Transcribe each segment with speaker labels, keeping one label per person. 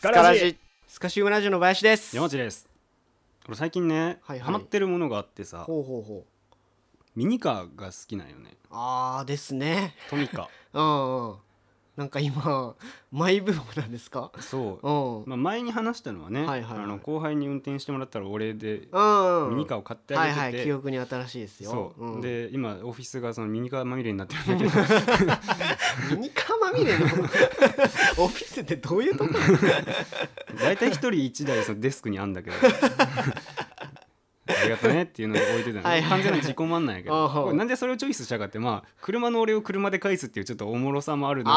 Speaker 1: カ
Speaker 2: ガ
Speaker 1: ラ
Speaker 2: ラ
Speaker 1: ジ
Speaker 2: ジ
Speaker 3: スカシウムラジオの林です
Speaker 1: 山地です俺最近ね、
Speaker 3: はいはい
Speaker 1: ハマってるものがあってさ
Speaker 3: ほうほうほう
Speaker 1: ミニカーが好きなんよね
Speaker 3: あーですね
Speaker 1: トミ カ
Speaker 3: うんうんなんか今マイブームなんですか
Speaker 1: そうう、
Speaker 3: んうん
Speaker 1: まあ、前に話したのはね、
Speaker 3: はいはいはい
Speaker 1: あの後輩に運転してもらったらお礼で
Speaker 3: うん
Speaker 1: ミニカー
Speaker 3: を
Speaker 1: を買ってあ
Speaker 3: はい
Speaker 1: げてて、
Speaker 3: はい記憶に新しいですよ
Speaker 1: そう、
Speaker 3: ん、
Speaker 1: で今オフィスがそのミニカーまみれになってるんだけど
Speaker 3: ミニカーまみ れのオフィスってどういうとこ
Speaker 1: 大体一人一台そのデスクにあんだけ どありがとねっていうのを置いてたの、
Speaker 3: はいはい
Speaker 1: 完全な自己満なんやけ
Speaker 3: あ
Speaker 1: ど
Speaker 3: は
Speaker 1: これなんでそれをチョイスしたかってまあ車の俺を車で返すっていうちょっとおもろさもあるな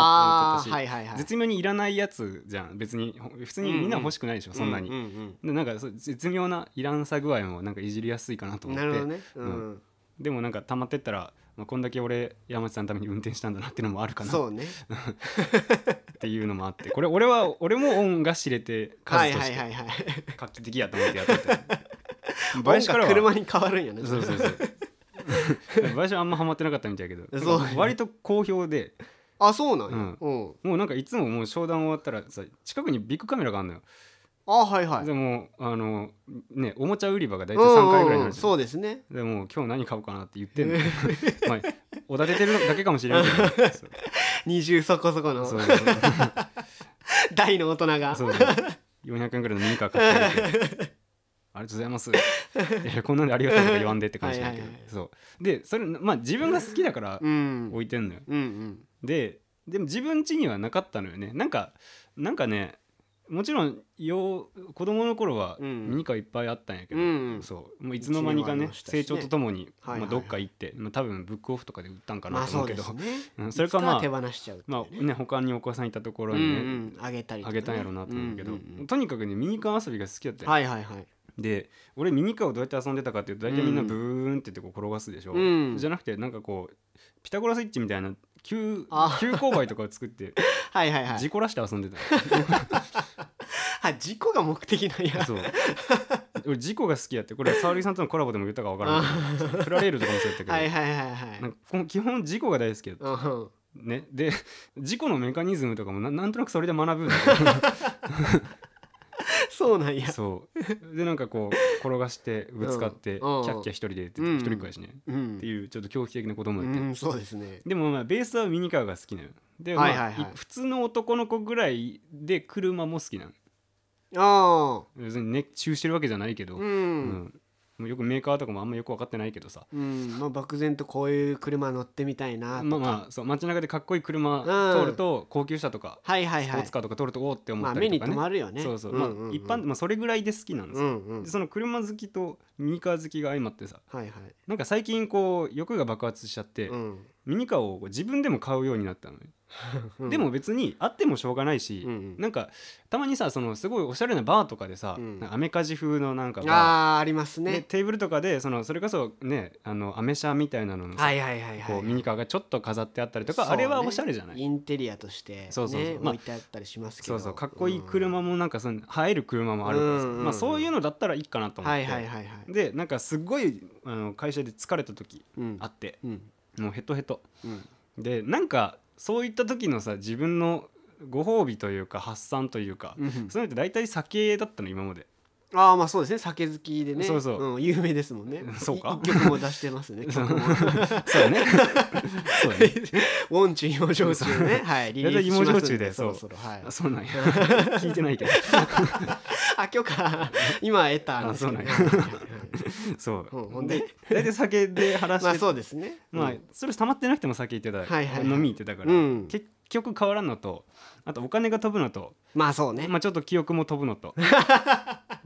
Speaker 3: あ
Speaker 1: と思っ
Speaker 3: あ
Speaker 1: て
Speaker 3: ー
Speaker 1: たし、
Speaker 3: はいはいはい
Speaker 1: 絶妙にいらないやつじゃん別にほ普通にみんな欲しくないでしょ、そんなに、
Speaker 3: ううん
Speaker 1: でなんかそう絶妙ないらんさ具合もなんかいじりやすいかなと
Speaker 3: うん
Speaker 1: 思っ
Speaker 3: な
Speaker 1: て
Speaker 3: るほどねう
Speaker 1: うん
Speaker 3: ん、
Speaker 1: でもなんか溜まってったら、まあ、こんだけ俺山内さんのために運転したんだなっていうのもあるかな
Speaker 3: そうね
Speaker 1: っていうのもあってこれ俺は俺も恩が知れて
Speaker 3: は
Speaker 1: 数
Speaker 3: い
Speaker 1: と
Speaker 3: はい
Speaker 1: し
Speaker 3: はい
Speaker 1: て
Speaker 3: はい
Speaker 1: 画期的やと思ってやってて
Speaker 3: 音
Speaker 1: 林から
Speaker 3: が
Speaker 1: は
Speaker 3: 車に変わるんやね
Speaker 1: そうそう そう林はあんまハマってなかったみたいやけど
Speaker 3: そう
Speaker 1: 割と好評で
Speaker 3: あそうなんや、う、
Speaker 1: うんもうなんかいつももう商談終わったらさ近くにビッグカメラがあるのよ、
Speaker 3: あはいはい
Speaker 1: でもあのねおもちゃ売り場が大
Speaker 3: うん
Speaker 1: 体3回ぐらいに
Speaker 3: う
Speaker 1: なる
Speaker 3: んうん
Speaker 1: じゃん、
Speaker 3: そうですね
Speaker 1: でもう今日何買おうかなって言ってんの まあおだててるだけかもしれないけ どそう
Speaker 3: 二重そこそこの
Speaker 1: そうそうそう
Speaker 3: 大の大人が
Speaker 1: そうそう400円ぐらいのミニカー買ってあげ てありがとうございますいやこんなんでありがとうとか言わんでって感じだけど
Speaker 3: はいはいはい
Speaker 1: そうでそれまあ自分が好きだから
Speaker 3: うん
Speaker 1: 置いてんのよ、
Speaker 3: うんうん
Speaker 1: ででも自分家にはなかったのよねなんかなんかねもちろんよう子供の頃は
Speaker 3: う
Speaker 1: ミ
Speaker 3: ん
Speaker 1: ニカーいっぱいあったんやけど、
Speaker 3: うんうん
Speaker 1: そうもういつの間にかね
Speaker 3: うちにもありましたしね
Speaker 1: 成長とともに、
Speaker 3: はいはいはい
Speaker 1: まあ、どっか行って、まあ、多分ブックオフとかで売ったんか
Speaker 3: ま
Speaker 1: な
Speaker 3: あ
Speaker 1: と思
Speaker 3: そうう
Speaker 1: け
Speaker 3: で
Speaker 1: ど、
Speaker 3: すね
Speaker 1: うんそれかまあ
Speaker 3: いつ手放しちゃうっていう
Speaker 1: ま
Speaker 3: ね
Speaker 1: あね他にお子さんいたところ
Speaker 3: うん
Speaker 1: にね、
Speaker 3: うんあげたりと
Speaker 1: あ
Speaker 3: かね
Speaker 1: げたんやろうなと思うけど、
Speaker 3: んんうん
Speaker 1: とにかくねミニカー遊びが好きだったよ
Speaker 3: はいはいはい
Speaker 1: で俺ミニカーをどうやって遊んでたかっていうと大体みんなブーンって言ってこう転がすでしょ、
Speaker 3: うん
Speaker 1: じゃなくてなんかこうピタゴラスイッチみたいな急
Speaker 3: あ
Speaker 1: 急勾配とかを作って
Speaker 3: はい はいはい
Speaker 1: 事故らして遊んでた
Speaker 3: あ事故が目的なん
Speaker 1: の
Speaker 3: や
Speaker 1: そう俺事故が好きやってこれ沙織さんとのコラボでも言ったか分からんけどプラレールとかもそうやったけど、
Speaker 3: はいはいはいはい
Speaker 1: なんかこの基本事故が大好きやった
Speaker 3: うん
Speaker 1: ねで 事故のメカニズムとかもななんとなくそれで学ぶんだよ
Speaker 3: そうなんや
Speaker 1: そうでなんかこう転がしてぶつかって、
Speaker 3: うんうん
Speaker 1: キャッキャ一人でって
Speaker 3: うん
Speaker 1: 一人暮らしね、
Speaker 3: うん
Speaker 1: っていうちょっと狂気的な子供
Speaker 3: う
Speaker 1: やって、
Speaker 3: んそうですね
Speaker 1: でもまあベースはミニカーが好きなので、まあ
Speaker 3: はいはいはい
Speaker 1: 普通の男の子ぐらいで車も好きなの
Speaker 3: ああ
Speaker 1: 別に熱中してるわけじゃないけど、
Speaker 3: う
Speaker 1: うんもうよくメーカーとかもあんまよく分かってないけどさ
Speaker 3: うんまあ漠然とこういう車乗ってみたいな
Speaker 1: まあまあそう街中でかっこいい車通ると、高級車とか、
Speaker 3: はいはい
Speaker 1: スポ
Speaker 3: は
Speaker 1: ー
Speaker 3: い
Speaker 1: ツカーとか通るとおおって思
Speaker 3: まあ
Speaker 1: った
Speaker 3: 目
Speaker 1: り
Speaker 3: に
Speaker 1: とかね,、
Speaker 3: 留まるよね
Speaker 1: そうそう、
Speaker 3: んん
Speaker 1: ま
Speaker 3: ん
Speaker 1: あ一般、まあ、それぐらいで好きなんです
Speaker 3: う
Speaker 1: よ、
Speaker 3: んうん
Speaker 1: でその車好きとミニカー好きが相まってさ
Speaker 3: はいはい
Speaker 1: なんか最近こう欲が爆発しちゃって、
Speaker 3: うん
Speaker 1: ミニカーを自分でも買うようになったのね、
Speaker 3: うん
Speaker 1: でも別にあってもしょうがないし、
Speaker 3: うんうん
Speaker 1: なんかたまにさそのすごいおしゃれなバーとかでさ、
Speaker 3: うん
Speaker 1: なんかアメカジ風のなんかバー
Speaker 3: あああります
Speaker 1: で
Speaker 3: ね
Speaker 1: テーブルとかでそのそれこそねあのアメ車みたいなののさ、
Speaker 3: はいはいはいはい
Speaker 1: こうミニカーがちょっと飾ってあったりとか、
Speaker 3: そう
Speaker 1: あ
Speaker 3: ね
Speaker 1: れはおしゃれじゃない
Speaker 3: インテリアとして
Speaker 1: そうそうそう
Speaker 3: ね
Speaker 1: まあ
Speaker 3: 置いてあったりしますけ
Speaker 1: そう
Speaker 3: ど
Speaker 1: そうかっこいい車もなんかその映える車もあるからさ、
Speaker 3: うんうんうん
Speaker 1: まあ、そういうのだったらいいかなと
Speaker 3: うん
Speaker 1: 思っ
Speaker 3: は
Speaker 1: て、
Speaker 3: いはいはいはい
Speaker 1: でなんかすっごいあの会社で疲れた時
Speaker 3: うん
Speaker 1: あって、
Speaker 3: うん
Speaker 1: もうヘトヘト
Speaker 3: うん
Speaker 1: でなんかそういった時のさ自分のご褒美というか発散というか、
Speaker 3: うん
Speaker 1: そういうのって大体酒だったの今まで
Speaker 3: ああまあそうですね酒好きでね
Speaker 1: そうそう
Speaker 3: うん有名ですもんね
Speaker 1: そうか
Speaker 3: い一曲も出し てますね曲も
Speaker 1: そうだ ねそうだね
Speaker 3: ウォンチュ芋焼酎ねはいリリースしますん
Speaker 1: 芋焼酎で
Speaker 3: そ
Speaker 1: そう
Speaker 3: ろそろはい
Speaker 1: あそうなんや聞いてないけど
Speaker 3: あ許可今得たんですけど
Speaker 1: あ
Speaker 3: ね
Speaker 1: そう
Speaker 3: はいはいはい
Speaker 1: そう
Speaker 3: うんほんで
Speaker 1: 大体酒で話して
Speaker 3: まあそうですね
Speaker 1: まあ
Speaker 3: うん
Speaker 1: それ溜まってなくても酒行ってた、
Speaker 3: はいはいはい
Speaker 1: 飲み行ってたから、
Speaker 3: うん
Speaker 1: 結局変わらんのとあとお金が飛ぶのと、
Speaker 3: まあそうね
Speaker 1: まあ、ちょっと記憶も飛ぶの と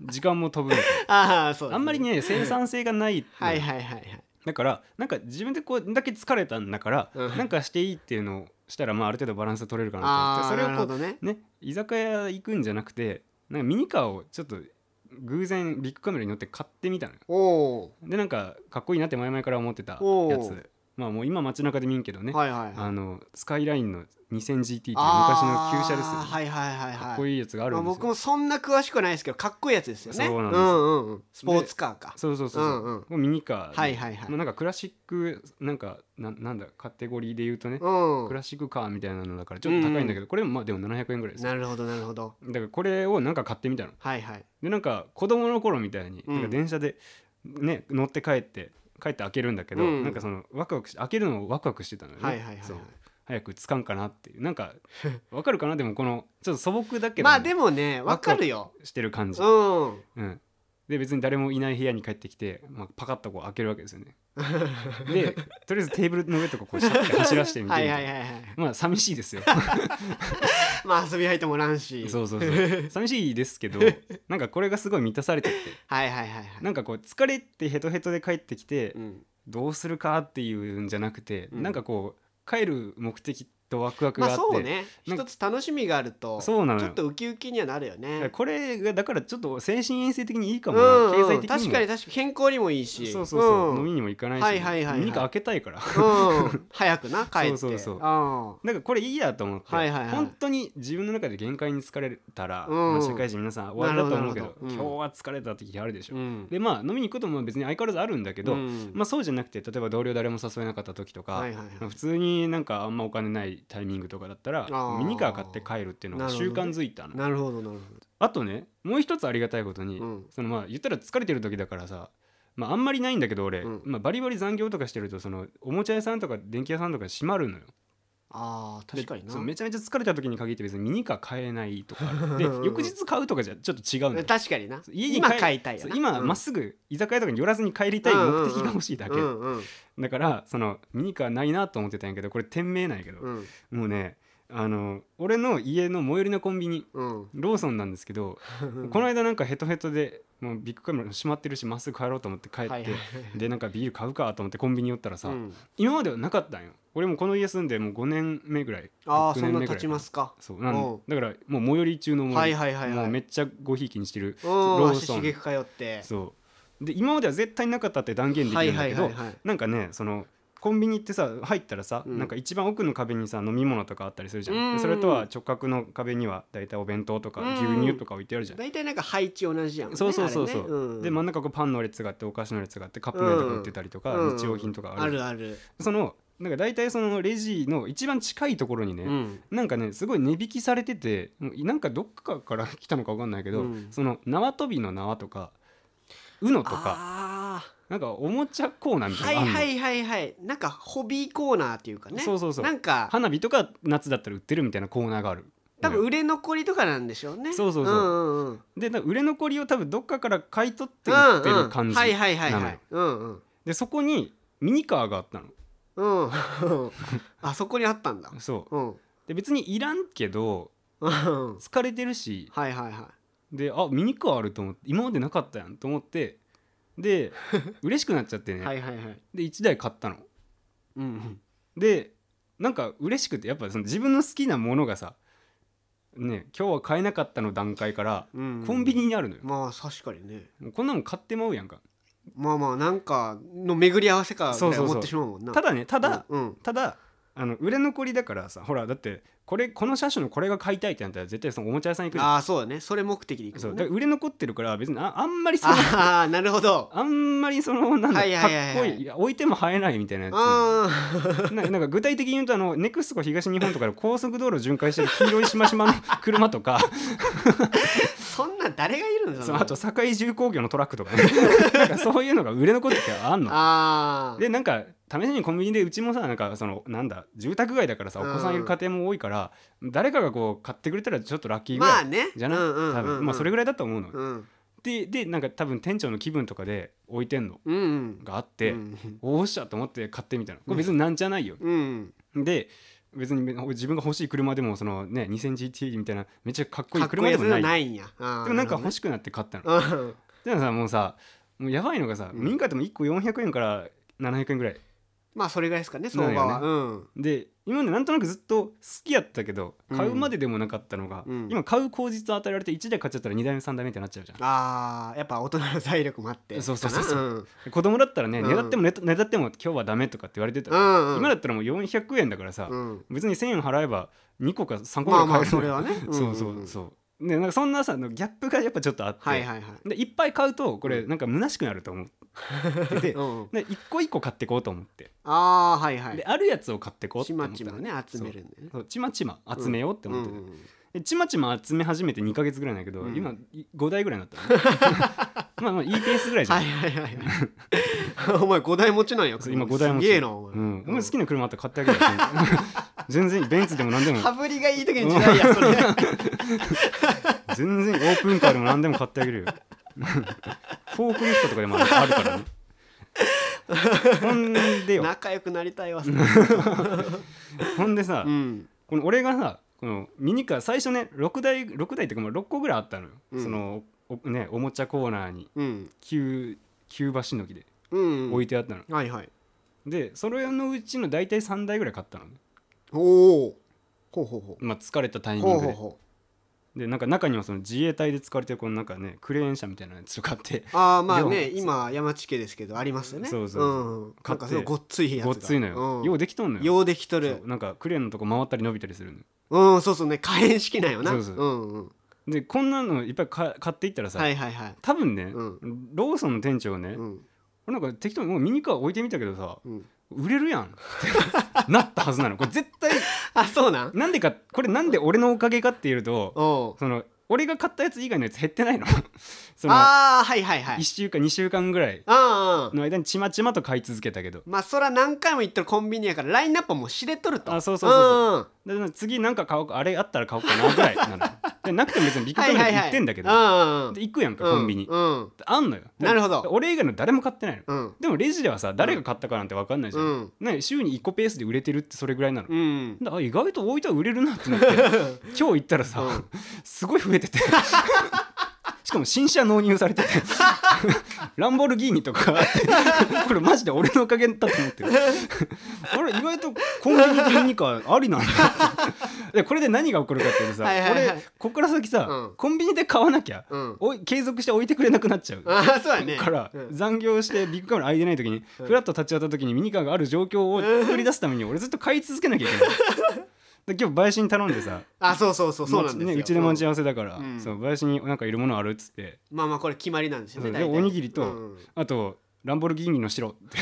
Speaker 1: 時間も飛ぶのと
Speaker 3: ああそうです
Speaker 1: あんまりね生産性がないのよ
Speaker 3: はいはいはいはい
Speaker 1: だからなんか自分でこうだけ疲れたんだから、
Speaker 3: うん
Speaker 1: なんかしていいっていうのをしたら、まあ、ある程度バランス取れるかな
Speaker 3: ああ
Speaker 1: と思ってそ
Speaker 3: な
Speaker 1: れ
Speaker 3: る
Speaker 1: を
Speaker 3: ほ
Speaker 1: こ
Speaker 3: どね
Speaker 1: うね居酒屋行くんじゃなくてなんかミニカーをちょっと偶然ビッグカメラに乗って買ってみたのよ
Speaker 3: おお
Speaker 1: でなんかかっこいいなって前々から思ってた
Speaker 3: おう
Speaker 1: やつ、まあもう今街中で見んけどね、
Speaker 3: はいはいはい
Speaker 1: あのスカイラインの 2000GT っていう昔の
Speaker 3: あー
Speaker 1: 旧車ですよ、ね
Speaker 3: はいはいはいはい
Speaker 1: かっこいいやつがある
Speaker 3: まあ、
Speaker 1: んですよ、
Speaker 3: 僕もそんな詳しくはないですけどかっこいいやつですよね
Speaker 1: そうなんです
Speaker 3: んうんうん、スポーツカーか
Speaker 1: そうそうそうそう、
Speaker 3: うんうん
Speaker 1: これミニカーで、
Speaker 3: はいはいはい
Speaker 1: まあ、なんかクラシックなんかななんだカテゴリーで言うとね、
Speaker 3: うん
Speaker 1: クラシックカーみたいなのだからちょっと高いんだけど、これもまあでも700円ぐらいですよ
Speaker 3: なるほどなるほど
Speaker 1: だからこれをなんか買ってみたの
Speaker 3: はいはい
Speaker 1: でなんか子供の頃みたいに
Speaker 3: うん
Speaker 1: なんか電車で、ね乗って帰って帰って開けるんだけど、
Speaker 3: うん
Speaker 1: なんかそのワクワクし開けるのをワクワクしてたのよね、
Speaker 3: はいはいはいはい
Speaker 1: そう早くつかんかなっていうなん かわかるかなでもこのちょっと素朴だけど、
Speaker 3: まあでもねわかるよ
Speaker 1: してる感じ
Speaker 3: う、ん
Speaker 1: うん、で別に誰もいない部屋に帰ってきて、まあ、パカッとこう開けるわけですよねでとりあえずテーブルの上とかこうシャッて走らせてみて
Speaker 3: はい
Speaker 1: みた
Speaker 3: はい
Speaker 1: い
Speaker 3: は
Speaker 1: ない
Speaker 3: はい
Speaker 1: まあ寂しいですよ
Speaker 3: まあ遊び相手もおらんし
Speaker 1: そうそうそう寂しいですけどなんかこれがすごい満たされてて
Speaker 3: はいはいはいはい
Speaker 1: なんかこう疲れてヘトヘトで帰ってきて
Speaker 3: うん
Speaker 1: どうするかっていうんじゃなくて、
Speaker 3: うん
Speaker 1: なんかこう帰る目的とワクワクが
Speaker 3: ま
Speaker 1: あ
Speaker 3: あ
Speaker 1: って、
Speaker 3: そうね
Speaker 1: なんか
Speaker 3: 一つ楽しみがあると
Speaker 1: そうなの
Speaker 3: ち
Speaker 1: よ
Speaker 3: ょっとウキウキにはなるよ
Speaker 1: だか
Speaker 3: ね
Speaker 1: らこれがだからちょっと精神衛生的にいいか
Speaker 3: う
Speaker 1: もな、
Speaker 3: んうん
Speaker 1: 経済的に
Speaker 3: 確
Speaker 1: も
Speaker 3: かに確かに健康にもいいし
Speaker 1: そうそうそう、
Speaker 3: ん
Speaker 1: 飲みにも行かないし、
Speaker 3: はいはいはいはい
Speaker 1: 耳が開けたいから
Speaker 3: うん早くな帰っ て
Speaker 1: そうそうそう
Speaker 3: うん
Speaker 1: なんかこれいいやと思って、
Speaker 3: はいはいはい
Speaker 1: 本当に自分の中で限界に疲れたら、
Speaker 3: うん
Speaker 1: まあ社会人皆さん終わりだと思うけど
Speaker 3: なるほどなる
Speaker 1: 今
Speaker 3: ほど
Speaker 1: 日は疲れたって日あるでしょ、
Speaker 3: うん
Speaker 1: でまあ飲みに行くことも別に相変わらずあるんだけど、
Speaker 3: うん
Speaker 1: まあ、そうじゃなくて例えば同僚誰も誘えなかった時とか、
Speaker 3: はいはいはい
Speaker 1: まあ普通になんかあんまお金ないタイミングとかだったら
Speaker 3: ー
Speaker 1: ミニカー買って帰るっていうのが
Speaker 3: なるほど
Speaker 1: 習
Speaker 3: ね
Speaker 1: 慣づいたの、
Speaker 3: なるほどなるほ
Speaker 1: あとねもう一つありがたいことに、
Speaker 3: うん
Speaker 1: そのまあ言ったら疲れてる時だからさまあ、あんまりないんだけど俺、
Speaker 3: うん
Speaker 1: まあ、バリバリ残業とかしてるとそのおもちゃ屋さんとか電気屋さんとか閉まるのよ
Speaker 3: どあー確かに
Speaker 1: で
Speaker 3: な
Speaker 1: そうめちゃめちゃ疲れた時に限って別にミニカー買えないとかあ るで翌日買うとかじゃちょっと違うのよ
Speaker 3: 確かにな
Speaker 1: そうに
Speaker 3: 今
Speaker 1: 帰
Speaker 3: 買いたいよ
Speaker 1: そ
Speaker 3: な
Speaker 1: う今
Speaker 3: うん
Speaker 1: まっすぐ居酒屋とかに寄らずに帰りたい目的が欲しいだけ、
Speaker 3: うんうん
Speaker 1: だからそのミニカーないなと思ってたんやけどこれ店名なんやけど、
Speaker 3: うん
Speaker 1: もうねあの俺の家の最寄りのコンビニ
Speaker 3: うん
Speaker 1: ローソンなんですけど、この間なんかヘトヘトでもうビッグカメラ閉まってるしまっすぐ帰ろうと思って帰って、
Speaker 3: はいはいは
Speaker 1: でなんかビール買うかと思ってコンビニ寄ったらさ、
Speaker 3: うん
Speaker 1: 今まではなかったんよ俺もこの家住んでもう5年目ぐらい
Speaker 3: ああ
Speaker 1: 6
Speaker 3: そん
Speaker 1: 年
Speaker 3: な
Speaker 1: 目ぐ
Speaker 3: 経
Speaker 1: らい
Speaker 3: ちますか
Speaker 1: そうなん
Speaker 3: うん
Speaker 1: だからもう最寄り中の最寄り、
Speaker 3: はいはいはいはい
Speaker 1: もうめっちゃごひいきにしてる
Speaker 3: うん
Speaker 1: ロー
Speaker 3: 足
Speaker 1: ソ
Speaker 3: しげ
Speaker 1: ン
Speaker 3: く通って
Speaker 1: そうで今までは絶対なかったって断言できるんだけど、
Speaker 3: はいはいはいはい
Speaker 1: なんかねそのコンビニってさ入ったらさ、
Speaker 3: うん
Speaker 1: なんか一番奥の壁にさ飲み物とかあったりするじゃん、
Speaker 3: うんうん
Speaker 1: でそれとは直角の壁には大体お弁当とか
Speaker 3: うん
Speaker 1: 牛乳とか置いてあるじゃん、
Speaker 3: 大体なんか配置同じやんね
Speaker 1: そうそうそうそう、
Speaker 3: あれねん
Speaker 1: で真ん中こうパンの列があってお菓子の列があってカップ麺とか売ってたりとか、
Speaker 3: うん
Speaker 1: 日用品とかある
Speaker 3: あるある
Speaker 1: そのなんか大体そのレジの一番近いところにね、
Speaker 3: うん
Speaker 1: なんかねすごい値引きされててもうなんかどっかから来たのか分かんないけど、
Speaker 3: うん
Speaker 1: その縄跳びの縄とか「UNO」とか
Speaker 3: ああ
Speaker 1: なんかおもちゃコーナーみた
Speaker 3: はいい
Speaker 1: なのあんの
Speaker 3: はいはいはいなんかホビーコーナーっていうかね
Speaker 1: そうそうそう
Speaker 3: なんか
Speaker 1: 花火とか夏だったら売ってるみたいなコーナーがある
Speaker 3: 多分売れ残りとかなんでしょうね
Speaker 1: そうそうそうん
Speaker 3: うんうん
Speaker 1: でなんか売れ残りを多分どっかから買い取って売ってる
Speaker 3: うんう
Speaker 1: 感
Speaker 3: ん
Speaker 1: じ
Speaker 3: はいはいはい
Speaker 1: な
Speaker 3: は
Speaker 1: のよ
Speaker 3: いうんうん
Speaker 1: でそこにミニカーがあったの
Speaker 3: うん あそこにあったんだ
Speaker 1: そう
Speaker 3: うん
Speaker 1: で別にいらんけど
Speaker 3: うんはい
Speaker 1: 疲れてるし
Speaker 3: はいはい
Speaker 1: であミニカーあると思って今までなかったやんと思って で嬉しくなっちゃってね、
Speaker 3: はいはいはい。
Speaker 1: で1台買ったの
Speaker 3: うん。
Speaker 1: でなんか嬉しくてやっぱその自分の好きなものがさね今日は買えなかったの段階から
Speaker 3: うん
Speaker 1: コンビニにあるのよ、
Speaker 3: まあ確かにね。
Speaker 1: もうこんなもん買ってまうやんか
Speaker 3: まあまあなんかの巡り合わせか
Speaker 1: そう
Speaker 3: ぐら
Speaker 1: そ
Speaker 3: い
Speaker 1: うそう
Speaker 3: 思ってしまうもんな。
Speaker 1: ただねただ、
Speaker 3: うんうん。
Speaker 1: ただあの売れ残りだからさほらだってこれこの車種のこれが買いたいってなったら絶対そのおもちゃ屋さん行くじゃん
Speaker 3: ああそうだね。それ目的で行く
Speaker 1: そ
Speaker 3: も
Speaker 1: うんだ
Speaker 3: ね
Speaker 1: から。売れ残ってるから別にああんまりその
Speaker 3: ああなるほど。
Speaker 1: あんまりそのなんだ、
Speaker 3: はいはいはいはい
Speaker 1: かっこいいいや置いても生えないみたいなやつ
Speaker 3: あ
Speaker 1: ななんか具体的に言うとあのネクスコ東日本とかで高速道路巡回してる黄色いしましまの 車とか
Speaker 3: あ そんな誰がいるんだ
Speaker 1: そのあと堺重工業のトラックとか ねなんかそういうのが売れ残っててあんの。
Speaker 3: ああ。
Speaker 1: でなんか試しにコンビニでうちもさなんかそのなんだ住宅街だからさお子さんいる家庭も多いから、誰かがこう買ってくれたらちょっとラッキーぐ
Speaker 3: ま
Speaker 1: ら
Speaker 3: あ
Speaker 1: い
Speaker 3: ね。
Speaker 1: じゃない、
Speaker 3: うんうんうん
Speaker 1: 多分まあそれぐらいだと思うの。
Speaker 3: うん
Speaker 1: ででなんか多分店長の気分とかで置いてんの
Speaker 3: うんうん。
Speaker 1: があって、
Speaker 3: うん
Speaker 1: おおっしゃと思って買ってみたのこれ別になんじゃないよ、
Speaker 3: うん。
Speaker 1: で別に自分が欲しい車でもそのね 2000GT みたいなめっちゃかっこい
Speaker 3: か
Speaker 1: い
Speaker 3: っこい
Speaker 1: 車で
Speaker 3: いや
Speaker 1: も
Speaker 3: つ
Speaker 1: な
Speaker 3: が
Speaker 1: い
Speaker 3: ないんや。で
Speaker 1: でもなんか欲
Speaker 3: し
Speaker 1: しくなって買ったの、
Speaker 3: うん。
Speaker 1: でもさもうさもうやばいのがさ、
Speaker 3: うん
Speaker 1: ミニカーでも1個400円から700円ぐらい
Speaker 3: まあそれぐらいですかね相場
Speaker 1: な
Speaker 3: は。
Speaker 1: ん
Speaker 3: うん。
Speaker 1: で今までなんとなくずっと好きやったけど買うまででもなかったのが、
Speaker 3: うん
Speaker 1: 今買う口実を与えられて1台買っちゃったら2台目3台目ってなっちゃうじゃん
Speaker 3: あーやっぱ大人の財力もあって
Speaker 1: そうそうそうそう
Speaker 3: かなうん
Speaker 1: 子供だったらね
Speaker 3: うん
Speaker 1: ねだってもねねだっても今日はダメとかって言われてた
Speaker 3: う
Speaker 1: ら、
Speaker 3: んうん
Speaker 1: 今だったらもう400円だからさ、
Speaker 3: うん
Speaker 1: 別に1000円払えば2個か3個ぐ
Speaker 3: ま
Speaker 1: ら
Speaker 3: あ
Speaker 1: い買
Speaker 3: ま
Speaker 1: え
Speaker 3: あ
Speaker 1: る
Speaker 3: そ
Speaker 1: の
Speaker 3: れ
Speaker 1: よ
Speaker 3: はね
Speaker 1: そうそ
Speaker 3: んん
Speaker 1: うんそうでなんかそんなさあのギャップがやっぱちょっとあって、
Speaker 3: はいはいはい
Speaker 1: でいっぱい買うとこれなんか虚しくなると思ってて
Speaker 3: うん
Speaker 1: で一個一個買っていこうと思って、
Speaker 3: ああはいは
Speaker 1: で
Speaker 3: い
Speaker 1: あるやつを買っていこうって
Speaker 3: ち
Speaker 1: 思っ
Speaker 3: ま
Speaker 1: た
Speaker 3: ちまね集めるんでね
Speaker 1: そうちまちま集めようって思ってて、
Speaker 3: うんうんうん
Speaker 1: でちまちま集め始めて2か月ぐらいなんだけど、
Speaker 3: うん
Speaker 1: 今い5台ぐらいになったの まあまあいいペースぐらいじゃん、
Speaker 3: はいはいはいはい お前5台持ちなんや
Speaker 1: そう今5台持ち
Speaker 3: すげえなお前
Speaker 1: うん、お前好きな車あったら買ってあげるよ 全然ベンツでも何でも
Speaker 3: 羽振りがいい時に違うやそ れ
Speaker 1: 全然オープンカーでも何でも買ってあげるよ フォークリフトとかでもあるあるからねほんでよ
Speaker 3: 仲良くなりた いわそれ
Speaker 1: ほんでさ、
Speaker 3: うん
Speaker 1: この俺がさこのミニカー最初ね6台6台っていうかまあ6個ぐらいあったのよ、
Speaker 3: うん
Speaker 1: そのお,、ね、おもちゃコーナーに
Speaker 3: うん
Speaker 1: 旧旧橋の木で
Speaker 3: うん
Speaker 1: 置いてあったの、
Speaker 3: はいはい
Speaker 1: でそれのうちの大体3台ぐらい買ったのね、
Speaker 3: おおほうほうほう
Speaker 1: まあ、疲れたタイミン
Speaker 3: ほう
Speaker 1: グで
Speaker 3: ほうほ
Speaker 1: でなんか中にはその自衛隊で使われてるこのなんかねクレーン車みたいなやつを買って
Speaker 3: うああまあ
Speaker 1: よ
Speaker 3: ね
Speaker 1: う
Speaker 3: 今山地家ですけどありますよね
Speaker 1: そうそうそうん
Speaker 3: なん
Speaker 1: 買
Speaker 3: か
Speaker 1: って
Speaker 3: そのごっついやつが
Speaker 1: ごっついのよ、
Speaker 3: うん
Speaker 1: ようできとんのよ
Speaker 3: ようできと
Speaker 1: そ
Speaker 3: る
Speaker 1: うなんかクレーンのとこ回ったり伸びたりするのよ
Speaker 3: うんそうそうね可変式なんよな
Speaker 1: そうそうん
Speaker 3: うん
Speaker 1: でこんなのいっぱいか買っていったらさ、
Speaker 3: はいはいはい
Speaker 1: 多分ね、
Speaker 3: う
Speaker 1: ローソンの店長ね、
Speaker 3: うん
Speaker 1: 俺なんか適当にもうミニカー置いてみたけどさ、
Speaker 3: うん
Speaker 1: 売れるやんってなったはずなのこれ絶対
Speaker 3: あそうなん
Speaker 1: なんでかこれなんで俺のおかげかっていうと
Speaker 3: おう
Speaker 1: その俺が買ったやつ以外のやつ減ってないの その
Speaker 3: ああはいはいはい
Speaker 1: 1週間2週間ぐらい
Speaker 3: ああ
Speaker 1: の間にちまちまと買い続けたけど
Speaker 3: まあそら何回も行ってるコンビニやからラインナップはもう知れとると
Speaker 1: あそうそうそうそ
Speaker 3: ん
Speaker 1: でで次なんか買おうかあれあったら買おうかなぐらいなのでなくても別にビッグカメラで行ってんだけど、
Speaker 3: ど
Speaker 1: で行くやんかコンビニ、
Speaker 3: うん
Speaker 1: あんのよ
Speaker 3: なるほど
Speaker 1: で俺以外の誰も買ってないの
Speaker 3: うん
Speaker 1: でもレジではさ誰が買ったかなんて分かんないじゃん、
Speaker 3: うん
Speaker 1: ね、週に1個ペースで売れてるってそれぐらいなの、
Speaker 3: うん
Speaker 1: であ意外と置いたら売れるなってなって 今日行ったらさ、
Speaker 3: うん
Speaker 1: すごい増えて てしかも新車納入されててランボルギーニとかあってこれマジで俺のおかげだと思ってるあれ意外とコンビニでミニカーありなんだってでこれで何が起こるかっていうとさ、
Speaker 3: はいはいはい
Speaker 1: 俺こっから先さ、
Speaker 3: うん
Speaker 1: コンビニで買わなきゃ、
Speaker 3: うん
Speaker 1: おい継続して置いてくれなくなっちゃう
Speaker 3: ああそうやね
Speaker 1: から
Speaker 3: うん
Speaker 1: 残業してビッグカメラ空いてない時にフラッと立ち寄った時にミニカーがある状況を作り出すため に俺ずっと買い続けなきゃいけないで今日林に頼んでさ
Speaker 3: あそうそう そうそうなんですよ
Speaker 1: ねうちで待ち合わせだから
Speaker 3: うん
Speaker 1: そう林になんかいるものあるっつって
Speaker 3: まあまあこれ決まりなんですよ
Speaker 1: そ
Speaker 3: ね
Speaker 1: う
Speaker 3: 大体
Speaker 1: でおにぎりと
Speaker 3: うん
Speaker 1: あとランボルギーニの白って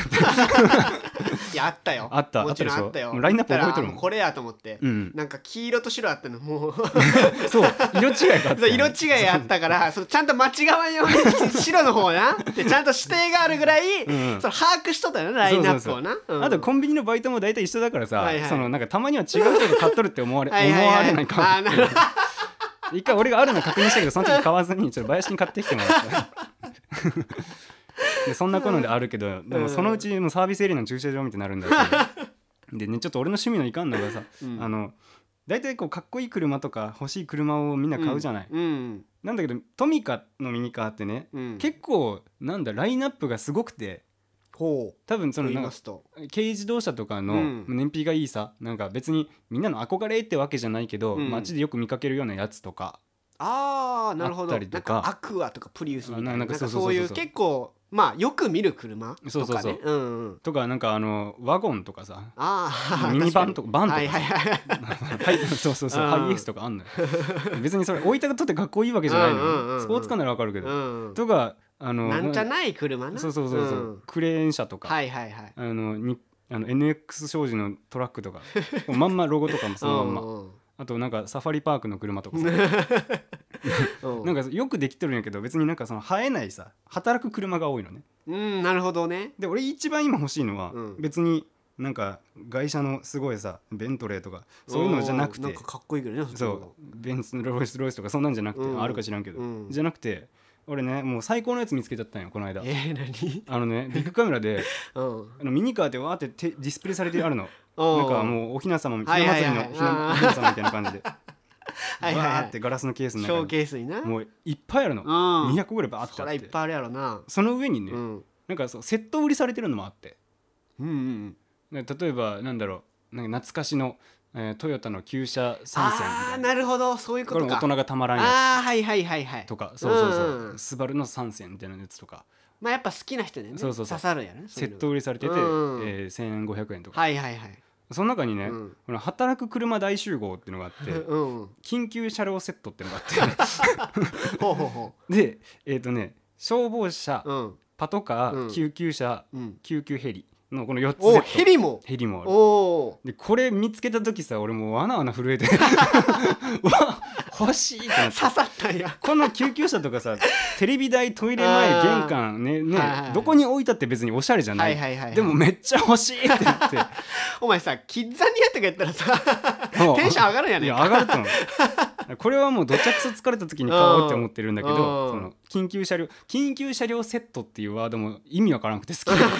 Speaker 3: いやあったよ
Speaker 1: あった
Speaker 3: もちろん
Speaker 1: あったでしょ
Speaker 3: あった
Speaker 1: も
Speaker 3: よ
Speaker 1: うラインナップ覚えとるもん
Speaker 3: だからあもうこれやと思って
Speaker 1: うん
Speaker 3: なんか黄色と白あったのも う
Speaker 1: そう色違いがあった
Speaker 3: そう
Speaker 1: よね
Speaker 3: 色違いあっ たからそのちゃんと間違わんように白の方なでちゃんと指定があるぐらい
Speaker 1: うん
Speaker 3: その把握しとったよなラインナップをなうん
Speaker 1: あとコンビニのバイトも大体一緒だからさ、
Speaker 3: はいはい
Speaker 1: そのなんかたまには違う人が買っとるって思われ
Speaker 3: はいはい
Speaker 1: 思わ
Speaker 3: は
Speaker 1: れ
Speaker 3: い
Speaker 1: ないかも
Speaker 3: あーなるほど
Speaker 1: 一回俺があるの確認したけどその時買わずにちょっと林に買ってきてもら ったでそんなこんなであるけどでもそのうちもうサービスエリアの駐車場みたいになるんだけどでねちょっと俺の趣味のいかんのがさ、
Speaker 3: うん
Speaker 1: あの大体こうかっこいい車とか欲しい車をみんな買うじゃない、
Speaker 3: うん
Speaker 1: なんだけどトミカのミニカーってね、
Speaker 3: うん
Speaker 1: 結構なんだラインナップがすごくて
Speaker 3: 構
Speaker 1: 多分そ
Speaker 3: と
Speaker 1: の
Speaker 3: 言い
Speaker 1: なん
Speaker 3: ま
Speaker 1: か
Speaker 3: すと
Speaker 1: 軽自動車とかの
Speaker 3: うん
Speaker 1: 燃費がいいさ、なんか別にみんなの憧れってわけじゃないけど、
Speaker 3: うん
Speaker 1: 街でよく見かけるようなやつとか
Speaker 3: ああなるほ
Speaker 1: あ
Speaker 3: ど
Speaker 1: った
Speaker 3: な
Speaker 1: り
Speaker 3: ん
Speaker 1: と
Speaker 3: か
Speaker 1: か
Speaker 3: アクアとかプリウスみたい
Speaker 1: あ
Speaker 3: な
Speaker 1: な
Speaker 3: なんん
Speaker 1: か
Speaker 3: か
Speaker 1: そうそうそう
Speaker 3: そういう結構まあよく見る車とかね
Speaker 1: そうそうそうん
Speaker 3: うん
Speaker 1: とかなんかあのワゴンとか さ
Speaker 3: ああ
Speaker 1: ミニバンとかバンとか
Speaker 3: はいはいは い
Speaker 1: はい、そうそうそう、
Speaker 3: うん
Speaker 1: ハイエースとかあん のよ。別にそれ置いたとってかっこいいわけじゃないのよ、
Speaker 3: うんうんうんうん
Speaker 1: スポーツカーならわかるけど。
Speaker 3: うん
Speaker 1: とか、あの、
Speaker 3: なんじゃない車な
Speaker 1: そうそうそうそう、
Speaker 3: ん
Speaker 1: クレーン車とか、
Speaker 3: はいはいはい
Speaker 1: あの、にあの NX 商事のトラックとか、もうまんまロゴとかもその まんま。あとなんかサファリパークの車とかさ、
Speaker 3: うん
Speaker 1: なんかよくできてるんやけど、別になんかその生えないさ、働く車が多いのね。
Speaker 3: うんなるほどね
Speaker 1: で、俺一番今欲しいのは
Speaker 3: う、ん
Speaker 1: 別になんか外車のすごいさ、ベントレーとか、そういうのじゃなく
Speaker 3: おーな
Speaker 1: て
Speaker 3: んか。かっこいいけどね普通の
Speaker 1: そうベンツのロイス・ロイスとかそんなんじゃなくて、
Speaker 3: うん
Speaker 1: あるか知らんけど、
Speaker 3: うん
Speaker 1: じゃなくて俺ねもう最高のやつ見つけちゃったんよこの間
Speaker 3: えー何
Speaker 1: あのね ビッグカメラで
Speaker 3: うん
Speaker 1: あのミニカーでわーっててディスプレイされてあるの
Speaker 3: お
Speaker 1: なんか
Speaker 3: う
Speaker 1: もうおひな様みた
Speaker 3: はいい
Speaker 1: な
Speaker 3: は
Speaker 1: ひ
Speaker 3: い
Speaker 1: な
Speaker 3: は
Speaker 1: 祭りの
Speaker 3: い
Speaker 1: ひな
Speaker 3: あー
Speaker 1: ひな様みたいな感じで
Speaker 3: はい
Speaker 1: わ
Speaker 3: はいはい
Speaker 1: ーってガラスのケース
Speaker 3: シ
Speaker 1: の
Speaker 3: ョー
Speaker 1: 中に
Speaker 3: ケースにな
Speaker 1: もういっぱいあるの、
Speaker 3: うん
Speaker 1: 200ぐらいバーって
Speaker 3: そ
Speaker 1: あ
Speaker 3: らい
Speaker 1: っ
Speaker 3: ってぱいあるやろな
Speaker 1: その上にね、
Speaker 3: うん
Speaker 1: なんかそうセット売りされてるのもあって
Speaker 3: うんうん
Speaker 1: ね例えばなんだろうなんか懐かしの、えートヨタの旧車参戦み
Speaker 3: あ
Speaker 1: た
Speaker 3: あ
Speaker 1: いな
Speaker 3: なるほどそういうこ
Speaker 1: ことれ大
Speaker 3: か
Speaker 1: 人がたまらんや
Speaker 3: ああはいはいはいはい
Speaker 1: つとかそうそうそううんスバルの参戦みたいなやつとか
Speaker 3: まあやっぱ好きな人にはね
Speaker 1: そうそうそう
Speaker 3: 刺さるんやろねそう
Speaker 1: セ
Speaker 3: いうの
Speaker 1: ッ
Speaker 3: が
Speaker 1: ト売りされてて、え
Speaker 3: うん
Speaker 1: ー、1500円とか
Speaker 3: はいはいはい
Speaker 1: その中にね、
Speaker 3: うん
Speaker 1: この働く車大集合っていうのがあって
Speaker 3: うんほ
Speaker 1: 緊急車両セットっていうのがあ って
Speaker 3: うほうほ
Speaker 1: でえっ、とね消防車、
Speaker 3: ううん
Speaker 1: パトカー、
Speaker 3: うん
Speaker 1: 救急車
Speaker 3: うん
Speaker 1: 救急ヘリのこの4つセッ
Speaker 3: お
Speaker 1: ト
Speaker 3: おヘリも
Speaker 1: ヘリもある
Speaker 3: お
Speaker 1: でこれ見つけた時さ俺もうわなわな震え て わ欲しいってなっ
Speaker 3: ー
Speaker 1: て
Speaker 3: 刺さったんや
Speaker 1: この救急車と かさテレビ台トイレ前
Speaker 3: あー
Speaker 1: 玄関ねね、
Speaker 3: はいはい
Speaker 1: どこに置いたって別におしゃれじゃな,、
Speaker 3: はいいはいはいはい
Speaker 1: でもめっちゃ欲しいってなって
Speaker 3: お前さキッザニアとかやった らさ
Speaker 1: そう
Speaker 3: テンション上がるんや
Speaker 1: い
Speaker 3: ね
Speaker 1: や
Speaker 3: ん
Speaker 1: 上がると思うこれはもうどちゃくそ疲れた時に買おうって思ってるんだけど
Speaker 3: う
Speaker 1: そ
Speaker 3: ん
Speaker 1: の緊急車両緊急車両セットっていうワードも意味わからなくて好きで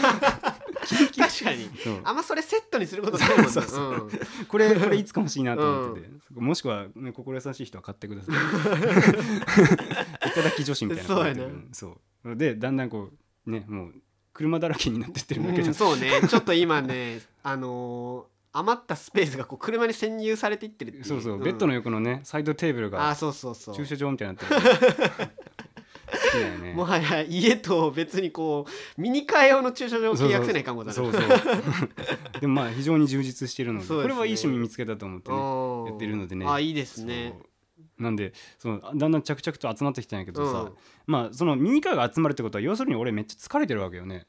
Speaker 3: 確 かに
Speaker 1: そう
Speaker 3: あんまそれセットにすることないもんね
Speaker 1: そうそうそ
Speaker 3: うん
Speaker 1: これこれいつか欲しいなと思ってて、もしくは、ね、心優しい人は買ってく ださいいただき女子みたいな
Speaker 3: そうやな
Speaker 1: そうでだんだんこうねもう車だらけになってってるんだけ
Speaker 3: う
Speaker 1: ど、
Speaker 3: んそうねちょっと今ねあのー余ったスペースがこう車に占有されていってるっていう
Speaker 1: そうそう、
Speaker 3: ん
Speaker 1: ベッドの横のねサイドテーブル
Speaker 3: あー
Speaker 1: が
Speaker 3: そうそうそう
Speaker 1: 駐車場みたいにな ってる好きだよね
Speaker 3: もはや家と別にこうミニカー用の駐車場を契約せないかもだな
Speaker 1: そうそうでもまあ非常に充実してるので
Speaker 3: そう
Speaker 1: こ
Speaker 3: ですね
Speaker 1: れはいい趣味見つけたと思ってね
Speaker 3: うん
Speaker 1: やってるのでね
Speaker 3: あいいですね
Speaker 1: そうなんでそのだんだん着々と集まってきたんやけどさ、
Speaker 3: うん
Speaker 1: まあそのミニカーが集まるってことは要するに俺めっちゃ疲れてるわけよね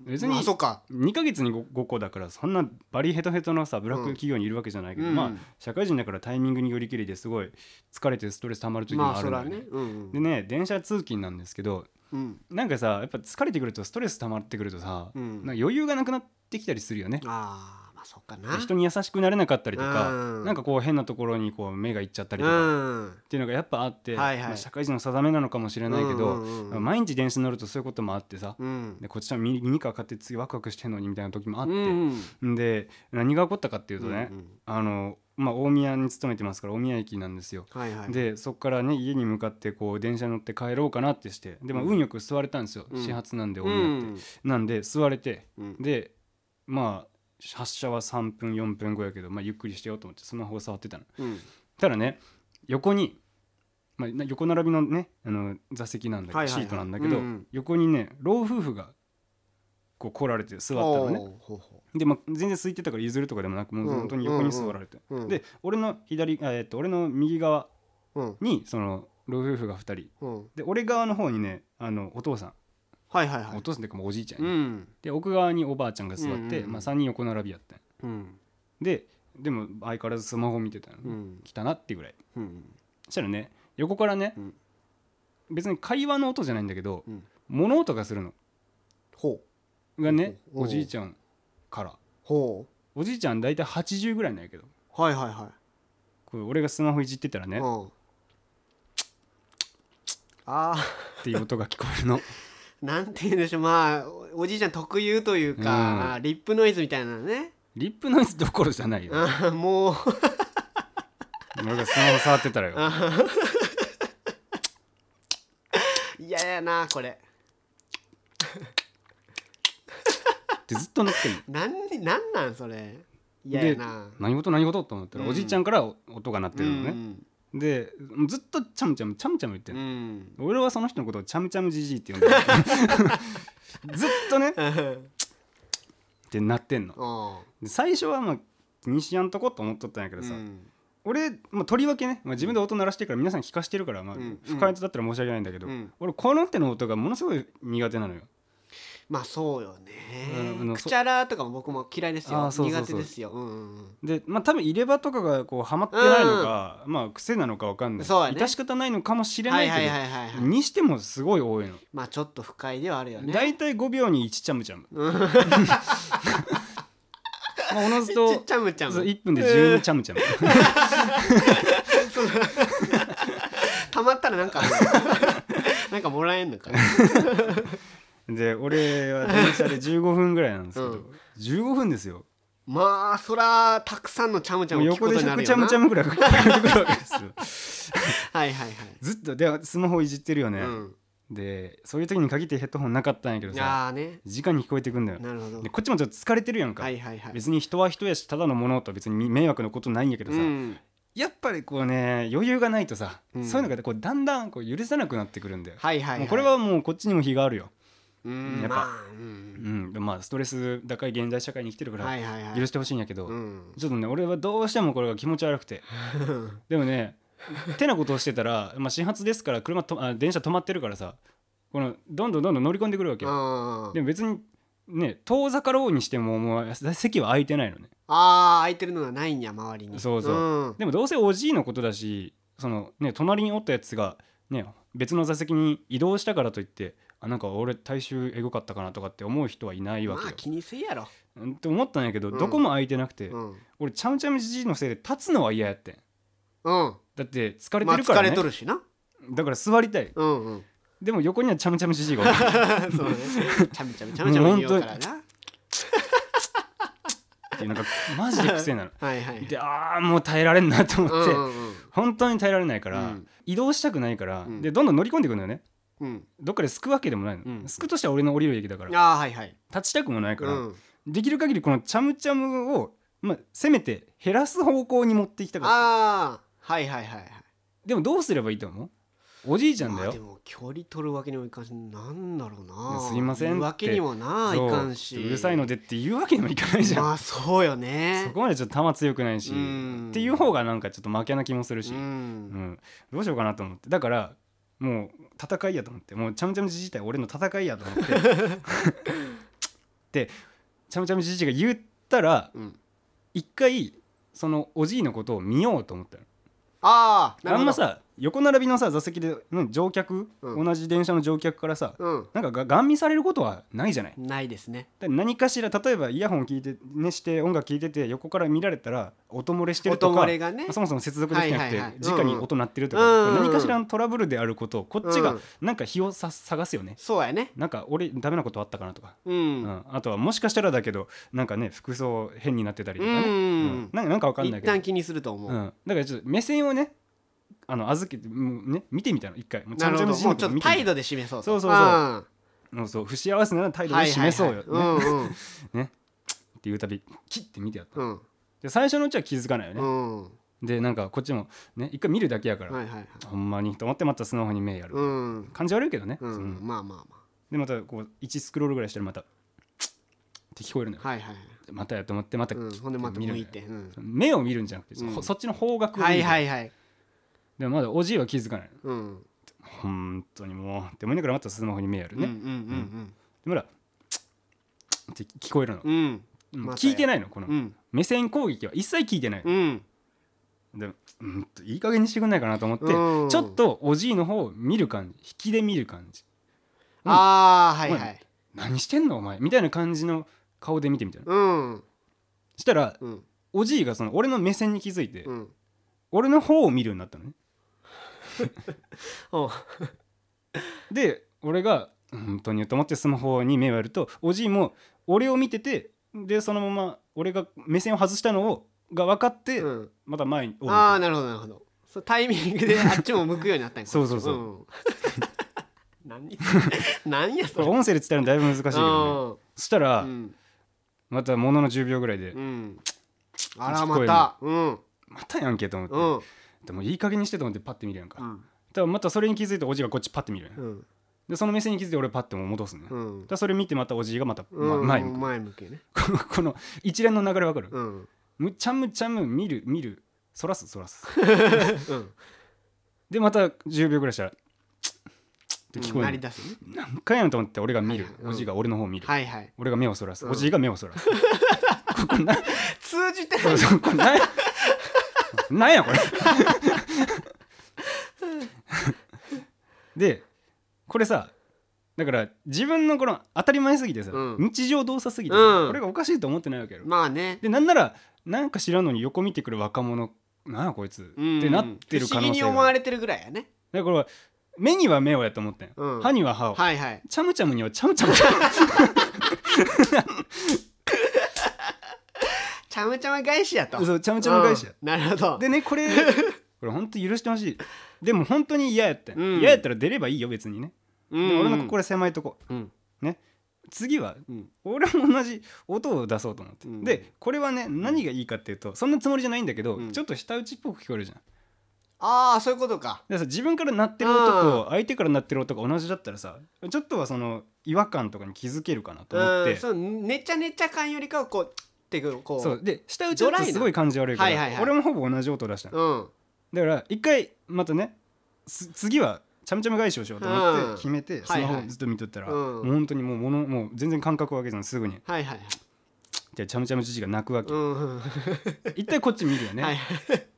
Speaker 1: 別に
Speaker 3: まあそうか
Speaker 1: 2ヶ月に 5, 個だからそんなバリヘトヘトのさブラック企業にいるわけじゃないけど、
Speaker 3: うん
Speaker 1: まあ社会人だからタイミングによりきりですごい疲れてストレス溜まる時も
Speaker 3: まあ
Speaker 1: あ
Speaker 3: そ
Speaker 1: るんだ
Speaker 3: ら
Speaker 1: よね,、
Speaker 3: ねうん
Speaker 1: でね電車通勤なんですけど
Speaker 3: うん
Speaker 1: なんかさやっぱ疲れてくるとストレス溜まってくるとさ、
Speaker 3: うん
Speaker 1: なんか余裕がなくなってきたりするよね
Speaker 3: あーまあそうか
Speaker 1: で
Speaker 3: な
Speaker 1: 人に優しくなれなかったりとか、
Speaker 3: うん
Speaker 1: なんかこう変なところにこう目がいっちゃったり
Speaker 3: う
Speaker 1: とか、っ
Speaker 3: ん
Speaker 1: ていうのがやっぱあって、
Speaker 3: はいはい
Speaker 1: まあ社会人の定めなのかもしれないけど、
Speaker 3: うんうんうん
Speaker 1: 毎日電車乗るとそういうこともあってさ、
Speaker 3: うん
Speaker 1: でこっちはミニミニカー買って次ワクワクしてんのにみたいな時もあっ
Speaker 3: う
Speaker 1: て、
Speaker 3: ん
Speaker 1: んで何が起こったかっていうとね、
Speaker 3: うんうん
Speaker 1: あのまあ、大宮に勤めてますから大宮駅なんですよ。
Speaker 3: はいはい
Speaker 1: でそこからね家に向かってこう電車乗って帰ろうかなってしてで、まあ、
Speaker 3: うん
Speaker 1: 運よく座れたんですよ、
Speaker 3: うん
Speaker 1: 始発なんで大
Speaker 3: う
Speaker 1: 宮って。
Speaker 3: ん
Speaker 1: なんで座れて
Speaker 3: うん
Speaker 1: でまあ発車は3分4分後やけど、まあ、ゆっくりしてようと思ってスマホを触ってたの
Speaker 3: うん
Speaker 1: たらね横に、まあ、な横並びのねあの座席なんだけど、
Speaker 3: はいはいはい
Speaker 1: シートなんだけど、
Speaker 3: うんうん
Speaker 1: 横にね老夫婦がこう来られて座ったのね
Speaker 3: おーほうほ
Speaker 1: で、まあ、全然空いてたから譲るとかでもなくもう
Speaker 3: うん
Speaker 1: 本当に横に座られて、
Speaker 3: うんうん
Speaker 1: で俺の左あえっと俺の右側
Speaker 3: ううん
Speaker 1: にその老夫婦が2人
Speaker 3: うん
Speaker 1: で俺側の方にねあのお父さん、
Speaker 3: はいはいは
Speaker 1: お
Speaker 3: い
Speaker 1: 父さんっていうかもうおじいちゃんね、
Speaker 3: うん
Speaker 1: で奥側におばあちゃんが座って、
Speaker 3: うんうんうん
Speaker 1: まあ、3人横並びやったん
Speaker 3: うん
Speaker 1: ででも相変わらずスマホ見てたの、
Speaker 3: うん
Speaker 1: 来たなっていうぐらい
Speaker 3: うん
Speaker 1: そしたらね横からね、
Speaker 3: うん
Speaker 1: 別に会話の音じゃないんだけど、
Speaker 3: うん
Speaker 1: 物音がするの
Speaker 3: ほう
Speaker 1: がね
Speaker 3: おう
Speaker 1: おじいちゃんから
Speaker 3: ほ
Speaker 1: おじいちゃん大体80ぐらいなんやけど
Speaker 3: うはいはいはい
Speaker 1: これ俺がスマホいじってたらね、っ
Speaker 3: うん、あ
Speaker 1: ていう音が聞こえるの
Speaker 3: ーなんて言うんでしょうまあおおじいちゃん特有という
Speaker 1: うん
Speaker 3: か、リップノイズみたいなのね
Speaker 1: リップノイズどころじゃないよ
Speaker 3: あーもう
Speaker 1: 俺がスマホ触ってたらよ
Speaker 3: 嫌ややなこれ
Speaker 1: ってずっとなってんの
Speaker 3: なんになんなんそれ嫌ややな
Speaker 1: で何事何事と思ったら、
Speaker 3: うん
Speaker 1: おじいちゃんから音が鳴って
Speaker 3: う
Speaker 1: るのね、
Speaker 3: ん
Speaker 1: でずっとちゃむちゃむちゃむちゃむ言って
Speaker 3: うん
Speaker 1: の
Speaker 3: ん
Speaker 1: 俺はその人のことをちゃむちゃむじじいって呼ん でるずっとねっ
Speaker 3: うん
Speaker 1: てなってんの
Speaker 3: おう
Speaker 1: で最初はまあ気にしやんとこと思っとったんやけどさ、
Speaker 3: うん
Speaker 1: 俺、まあ、とりわけね、まあ、自分で音鳴らしてるから皆さん聞かしてるから、まあ
Speaker 3: うん
Speaker 1: 不快だったら申し訳ないんだけど、
Speaker 3: うん
Speaker 1: 俺この手の音がものすごい苦手なのよ
Speaker 3: まあそうよね、
Speaker 1: うんあの
Speaker 3: く
Speaker 1: そ
Speaker 3: ちゃらとかも僕も嫌いです
Speaker 1: あ
Speaker 3: よ
Speaker 1: ーそうそうそう
Speaker 3: 苦手ですよ、うんうん
Speaker 1: でまあ多分入れ歯とかがこうはまってないのか、まあ癖なのかわかんない
Speaker 3: そうやね
Speaker 1: 致し方ないのかもし
Speaker 3: うん、
Speaker 1: れ
Speaker 3: は
Speaker 1: ないいけど、
Speaker 3: はいはいはいはい、
Speaker 1: にしてもすごい多いの
Speaker 3: まあちょっと不快ではあるよね
Speaker 1: 大体5秒に1ちゃむちゃむ。まあおのず
Speaker 3: ち
Speaker 1: と
Speaker 3: ちゃむちゃむ
Speaker 1: 1分で12ちゃむちゃむ。
Speaker 3: たまったらなんかある なんかもらえんのかな
Speaker 1: で俺は電車で15分ぐらいなんですけど、
Speaker 3: うん
Speaker 1: 15分ですよ。
Speaker 3: まあそらたくさんのチャムチャ
Speaker 1: も
Speaker 3: ム
Speaker 1: う
Speaker 3: を聞くこ
Speaker 1: 横
Speaker 3: と
Speaker 1: で
Speaker 3: になる
Speaker 1: 100
Speaker 3: よ
Speaker 1: ちゃむ
Speaker 3: な
Speaker 1: ちゃむぐらいかかってくるわけですよ。
Speaker 3: はいはいはい
Speaker 1: ずっとでスマホいじってるよね。
Speaker 3: うん
Speaker 1: でそういう時に限ってヘッドホンなかったんやけどさ
Speaker 3: ああね
Speaker 1: 直に聞こえてくんだよ
Speaker 3: なるほど
Speaker 1: でこっちもちょっと疲れてるやんか、
Speaker 3: はいはいはい
Speaker 1: 別に人は人やしただのものと別に迷惑のことないんやけどさ、
Speaker 3: うん
Speaker 1: やっぱりこうね余裕がないとさ、
Speaker 3: うん
Speaker 1: そういうのがこうだんだんこう許さなくなってくるんだよ、
Speaker 3: はいはい
Speaker 1: も
Speaker 3: いう
Speaker 1: これはもうこっちにも非があるよ、
Speaker 3: うん
Speaker 1: やっぱ
Speaker 3: まあう
Speaker 1: うんんでまあ、ストレス高い現代社会に生きてるか
Speaker 3: は
Speaker 1: ら
Speaker 3: いはいはい
Speaker 1: 許してほしいんやけど、
Speaker 3: うん
Speaker 1: ちょっとね俺はどうしてもこれが気持ち悪くてでもね 手なことをしてたら、まあ、始発ですから車とあ電車止まってるからさこのどんどんどんどん乗り込んでくるわけよ、
Speaker 3: あ
Speaker 1: で
Speaker 3: ー
Speaker 1: も別にね遠ざかろうにしてももう席は空いてないのね
Speaker 3: あー空いてるのがないんや周りに
Speaker 1: そうそうんでもどうせおじいのことだしそのね隣におったやつがね別の座席に移動したからといってあなんか俺体臭エゴかったかなとかって思う人はいないわ
Speaker 3: ま
Speaker 1: け
Speaker 3: あ
Speaker 1: よ、
Speaker 3: 気にせえやろ
Speaker 1: うんって思ったんやけど、
Speaker 3: うん
Speaker 1: どこも空いてなくて、
Speaker 3: うんうん
Speaker 1: 俺ちゃむちゃむじじいのせいで立つのは嫌やってん
Speaker 3: ま
Speaker 1: だって疲
Speaker 3: あ
Speaker 1: れてるから、
Speaker 3: 疲
Speaker 1: ね
Speaker 3: れとるしな
Speaker 1: だから座りたい
Speaker 3: う んうん
Speaker 1: でも横にはちゃむちゃむじじいがお る
Speaker 3: そうねちゃめちゃめちゃめちゃめ言うからな
Speaker 1: っていうなんかマジで癖なの
Speaker 3: はいはい
Speaker 1: でああもう耐えられんなと思って、
Speaker 3: うんうん
Speaker 1: 本当に耐えられないから、
Speaker 3: うん
Speaker 1: 移動したくないから、
Speaker 3: うん
Speaker 1: でどんどん乗り込んでくるのよね
Speaker 3: うん
Speaker 1: どっかで救くわけでもないの、
Speaker 3: うん
Speaker 1: 救くとしては俺の降りる駅だから
Speaker 3: うんああはいはい
Speaker 1: 立ちたくもないか
Speaker 3: う
Speaker 1: ら、
Speaker 3: ん
Speaker 1: できる限りこのチャムチャムを、まあ、せめて減らす方向に持っていきたかった
Speaker 3: ああはいはいはいはい
Speaker 1: でもどうすればいいと思うおじいちゃんだ
Speaker 3: まあ
Speaker 1: よ
Speaker 3: でも距離取るわけにもいかんしなんだろう
Speaker 1: いや
Speaker 3: な
Speaker 1: すいませんって
Speaker 3: 言うわけにもない
Speaker 1: そう
Speaker 3: かんし
Speaker 1: うるさいのでって言うわけにもいかないじゃん、
Speaker 3: まあそうよね
Speaker 1: そこまでちょっと球強くないし、
Speaker 3: うん
Speaker 1: っていう方がなんかちょっと負けな気もするし、
Speaker 3: う
Speaker 1: うん
Speaker 3: ん
Speaker 1: どうしようかなと思ってだからもう戦いやと思ってもうチャムチャムじじい対俺の戦いやと思って でチャムチャムじじいが言ったら
Speaker 3: うん
Speaker 1: 一回そのおじいのことを見ようと思ったの。
Speaker 3: ああなる
Speaker 1: あ
Speaker 3: ほ
Speaker 1: ん
Speaker 3: ど
Speaker 1: まさ横並びのさ座席で、うん乗客、
Speaker 3: うん
Speaker 1: 同じ電車の乗客からさ
Speaker 3: うん
Speaker 1: なんかがガン見されることはないじゃない
Speaker 3: ないですね
Speaker 1: だ何かしら例えばイヤホン聞いて、ね、して音楽聞いてて横から見られたら音漏れしてると
Speaker 3: 音
Speaker 1: か
Speaker 3: 漏れがね
Speaker 1: そもそも接続できな
Speaker 3: は
Speaker 1: く
Speaker 3: い
Speaker 1: て、
Speaker 3: はいはい
Speaker 1: 直に音鳴ってると
Speaker 3: うん
Speaker 1: か、
Speaker 3: うんうん
Speaker 1: 何かしらのトラブルであることをこっち
Speaker 3: う
Speaker 1: が
Speaker 3: ん
Speaker 1: なんか日をさ探すよね、
Speaker 3: そうやね
Speaker 1: なんか俺ダメなことあったかなとか、
Speaker 3: う
Speaker 1: うん
Speaker 3: ん
Speaker 1: あとはもしかしたらだけどなんかね服装変になってたりとかね、
Speaker 3: うん
Speaker 1: うんなんかなんかわかんない
Speaker 3: 一
Speaker 1: けど
Speaker 3: 旦気にすると思
Speaker 1: う、
Speaker 3: うん
Speaker 1: だからちょっと目線をねあの預けて、うんね、見てみたの一回もうち
Speaker 3: な
Speaker 1: ゃん
Speaker 3: る
Speaker 1: ちゃ
Speaker 3: ほど
Speaker 1: ん
Speaker 3: もう
Speaker 1: の
Speaker 3: ちょっと
Speaker 1: 見てみ
Speaker 3: 態
Speaker 1: た
Speaker 3: 度で示そうと
Speaker 1: そうそうそうんもうそう不幸せな態度
Speaker 3: は
Speaker 1: で
Speaker 3: いはいはい
Speaker 1: 示そうよ、ね
Speaker 3: うん
Speaker 1: ねっていうたびキッて見てやった
Speaker 3: うん
Speaker 1: で最初のうちは気づかないよ
Speaker 3: う
Speaker 1: ね、
Speaker 3: んうん
Speaker 1: でなんかこっちもね一回見るだけやから、
Speaker 3: はいはいはい
Speaker 1: ほんまにと思ってまたスマホに目やる、
Speaker 3: うん
Speaker 1: 感じ悪いけどね、
Speaker 3: う
Speaker 1: その
Speaker 3: んまあまあま
Speaker 1: でまたこう1スクロールぐらいしたらまたって聞こえるのよ
Speaker 3: あはいはい
Speaker 1: またやと思ってまた、
Speaker 3: うんほんでまた
Speaker 1: 見る
Speaker 3: 向
Speaker 1: んだ
Speaker 3: い
Speaker 1: よ
Speaker 3: てうん
Speaker 1: 目を見るんじゃなくて、そ
Speaker 3: うん
Speaker 1: そっちの方角を見る、
Speaker 3: はいはいはい
Speaker 1: でもまだおじいは気づかない
Speaker 3: うん
Speaker 1: 本当にもうって思いながらまたスマホに目やる
Speaker 3: うんうん
Speaker 1: ね、
Speaker 3: うん
Speaker 1: でまだ「って聞こえるの、
Speaker 3: うんうん
Speaker 1: うん
Speaker 3: また
Speaker 1: 聞
Speaker 3: や
Speaker 1: いてないのこの、
Speaker 3: うん
Speaker 1: 目線攻撃は一切聞いてない、
Speaker 3: うん
Speaker 1: でうんといい加減にしてくんないかなと思って、
Speaker 3: うん
Speaker 1: ちょっとおじいの方を見る感じ引きで見る感じ
Speaker 3: ああはいはい
Speaker 1: 何してんのお前みたいな感じの顔で見てみたいな
Speaker 3: うん
Speaker 1: したら
Speaker 3: うん
Speaker 1: おじいがその俺の目線に気づいて、
Speaker 3: うん
Speaker 1: 俺の方を見るようになったのね
Speaker 3: おう
Speaker 1: で俺が本当にと思ってスマホに目をやるとおじいも俺を見ててでそのまま俺が目線を外したのをが分かって、
Speaker 3: うん
Speaker 1: また前におう
Speaker 3: ああなるほどなるほどそうタイミングであっちも向くようになったんや
Speaker 1: そうそうそう
Speaker 3: こっちもうん何何やそ
Speaker 1: こ
Speaker 3: れ
Speaker 1: れ音声で伝えるのだいぶ難しいけどねそしたら、
Speaker 3: うん
Speaker 1: またものの10秒ぐらいで、
Speaker 3: うんあらまたうん
Speaker 1: またやんけと思って、
Speaker 3: うん
Speaker 1: でもいい加減にしてと思ってパッて見るやんか、
Speaker 3: うん
Speaker 1: だからまたそれに気づいておじいがこっちパッて見るやん、
Speaker 3: うん
Speaker 1: でその目線に気づいて俺パッてもう戻すね、だか
Speaker 3: うん
Speaker 1: らそれ見てまたおじいがまた、ま
Speaker 3: うん
Speaker 1: 前向く、
Speaker 3: 前向けね
Speaker 1: この一連の流れわかる、
Speaker 3: うん
Speaker 1: むちゃむちゃむ見る見るそらすそらす
Speaker 3: うん
Speaker 1: でまた10秒ぐらいしたらチッチッって聞こえ
Speaker 3: 鳴
Speaker 1: る
Speaker 3: り、出すね
Speaker 1: 何回やんと思って俺が見る
Speaker 3: はい、はいうん
Speaker 1: おじいが俺の方見る、
Speaker 3: はいはい
Speaker 1: 俺が目をそらす、
Speaker 3: うん
Speaker 1: おじいが目をそらすここな
Speaker 3: 通じて
Speaker 1: そうそうこれなんやなんやこ れでこれさだから自分のこの当たり前すぎてさ、
Speaker 3: うん
Speaker 1: 日常動作すぎて、
Speaker 3: うん
Speaker 1: これがおかしいと思ってないわけやろ、
Speaker 3: まあね
Speaker 1: でなんならなんか知らんのに横見てくる若者なんやこいつ、
Speaker 3: うん
Speaker 1: ってなってる可
Speaker 3: 不思
Speaker 1: 能
Speaker 3: 議
Speaker 1: 性
Speaker 3: に
Speaker 1: が
Speaker 3: 思わ
Speaker 1: だか
Speaker 3: れてるぐらいやね
Speaker 1: らこれは目には目をやと思ったんよ、
Speaker 3: うん
Speaker 1: 歯には歯を、
Speaker 3: はいはい
Speaker 1: チャムチャムにはチャムチャム チ
Speaker 3: ちゃむちゃむ返しやと
Speaker 1: そうチャムチャム返しや
Speaker 3: うんなるほど
Speaker 1: でね これこれ本当許してほしいでも本当に嫌やったんよ
Speaker 3: うん
Speaker 1: 嫌やったら出ればいいよ別にね
Speaker 3: うん
Speaker 1: で俺のこれ狭いとこ
Speaker 3: うん
Speaker 1: 次は
Speaker 3: うん
Speaker 1: 俺も同じ音を出そうと思って、
Speaker 3: うん
Speaker 1: でこれはね何がいいかっていうとそんなつもりじゃないんだけど、
Speaker 3: うん
Speaker 1: ちょっと舌打ちっぽく聞こえるじゃん
Speaker 3: ああそういうことか
Speaker 1: でさ自分から鳴ってる音と相手から鳴ってる音が同じだったらさちょっとはその違和感とかに気づけるかなと思って、
Speaker 3: うんそのねちゃねちゃ感よりかはこうってこうこう
Speaker 1: そうで下打ちだとすごい感じ悪いから、
Speaker 3: ドライなはいはいはい
Speaker 1: 俺もほぼ同じ音出したの
Speaker 3: うん
Speaker 1: だから一回またねす次はちゃむちゃむ返しをしようと思
Speaker 3: うん
Speaker 1: って決めて、ス
Speaker 3: はいはい
Speaker 1: マホをずっと見とったら、
Speaker 3: うん
Speaker 1: もう本当にもうものもう全然感覚を上げずにすぐに
Speaker 3: はいはいはい
Speaker 1: じゃあちゃむちゃむじじいが泣くわけ、
Speaker 3: うんうん
Speaker 1: 一体こっち見るよね、
Speaker 3: はいはい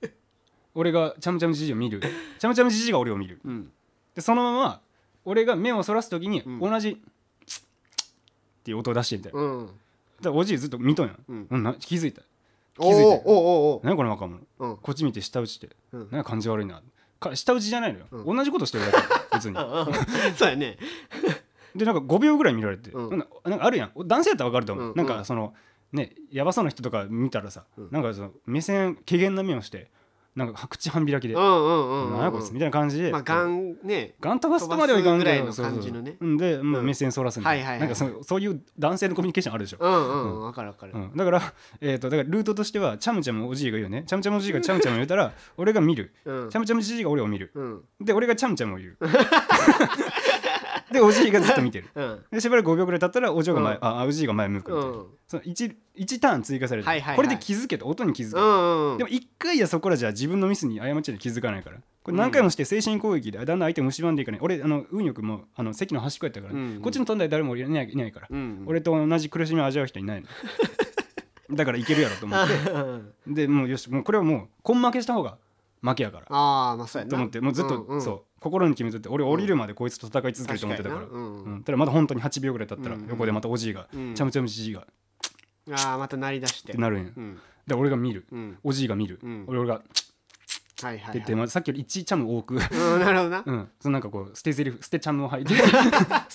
Speaker 1: 俺がちゃむちゃむじじいを見るちゃむちゃむじじいが俺を見る
Speaker 3: うん
Speaker 1: でそのまま俺が目をそらす時に
Speaker 3: うん
Speaker 1: 同じ、っていう音を出してみたいな、
Speaker 3: うん
Speaker 1: だからおじいずっと見とんやん、
Speaker 3: うん
Speaker 1: うんな気づいた
Speaker 3: お
Speaker 1: 気づいてる
Speaker 3: おおうおう
Speaker 1: 何この若者
Speaker 3: おううん
Speaker 1: こっち見て下打ちって、
Speaker 3: うん
Speaker 1: なんか感じ悪いなか下打ちじゃないのよ、
Speaker 3: う
Speaker 1: 同じことしてるだけ別 に
Speaker 3: うんうんそうやね
Speaker 1: でなんか5秒ぐらい見られて、
Speaker 3: うん
Speaker 1: ななんかあるやん男性だったら分かると思う、
Speaker 3: うん
Speaker 1: なんかそのねやばそうな人とか見たらさ、
Speaker 3: うん
Speaker 1: なんかその目線軽減な目をしてなんか口半開きで「
Speaker 3: う
Speaker 1: なん
Speaker 3: うんうんうん
Speaker 1: やこいつ」みたいな感じで、
Speaker 3: まあガンね
Speaker 1: ガン飛ばすとまではいかんけど
Speaker 3: 飛ばすぐらいの感じのね
Speaker 1: そうそうそうで、まあ、
Speaker 3: うん
Speaker 1: 目線そらすみたいな,、
Speaker 3: はいは
Speaker 1: な
Speaker 3: いはい
Speaker 1: んかそのそういう男性のコミュニケーションあるでしょ、
Speaker 3: うんうんうんわかるわかる
Speaker 1: うんだから、えー、とだからルートとしてはチャムチャムおじいが言うねチャムチャムおじいがチャムチャム言うたら俺が見る
Speaker 3: うん
Speaker 1: チャムチャムじじいが俺を見る
Speaker 3: うん
Speaker 1: で俺がチャムチャムを言 うでおじいがずっと見てる
Speaker 3: うん
Speaker 1: でしばらく5秒ぐらい経ったらお嬢が前、
Speaker 3: うん
Speaker 1: ああおじいが前向くみたいな、
Speaker 3: うん
Speaker 1: その 1, 1ターン追加される、
Speaker 3: はいはいはい
Speaker 1: これで気づけと音に気づく、
Speaker 3: うんうん
Speaker 1: でも1回やそこらじゃ自分のミスに過ちに気づかないからこれ何回もして精神攻撃でだんだん相手を蝕んでいかない俺あの運よくもうあの席の端っこやったから、
Speaker 3: うんうん
Speaker 1: こっちの飛んだ誰もいないいないから、
Speaker 3: うん
Speaker 1: 俺と同じ苦しみを味わう人いないのだからいけるやろと思って
Speaker 3: うん
Speaker 1: でもうよしもうこれはもう根負けした方が負けやから
Speaker 3: ああまあそうやな
Speaker 1: と思ってもうずっと、
Speaker 3: んん
Speaker 1: そう心に決めとって俺降りるまでこいつと戦い続けると思ってたから、
Speaker 3: 確かになうん
Speaker 1: うんただまだ本当に8秒ぐらい経ったら、
Speaker 3: うんうん
Speaker 1: 横でまたおじいが、
Speaker 3: うん
Speaker 1: ちゃむちゃむじじいがっ
Speaker 3: ああまた鳴り出して
Speaker 1: てなるんや、
Speaker 3: うん
Speaker 1: で俺が見る
Speaker 3: うん
Speaker 1: おじいが見る、
Speaker 3: うん
Speaker 1: 俺が
Speaker 3: はいはい
Speaker 1: 出
Speaker 3: はい
Speaker 1: て、まあさっきより1チャム多 く
Speaker 3: うんなるほどな
Speaker 1: うんそのなんかこう捨てゼリフ捨てチャムを 吐いて捨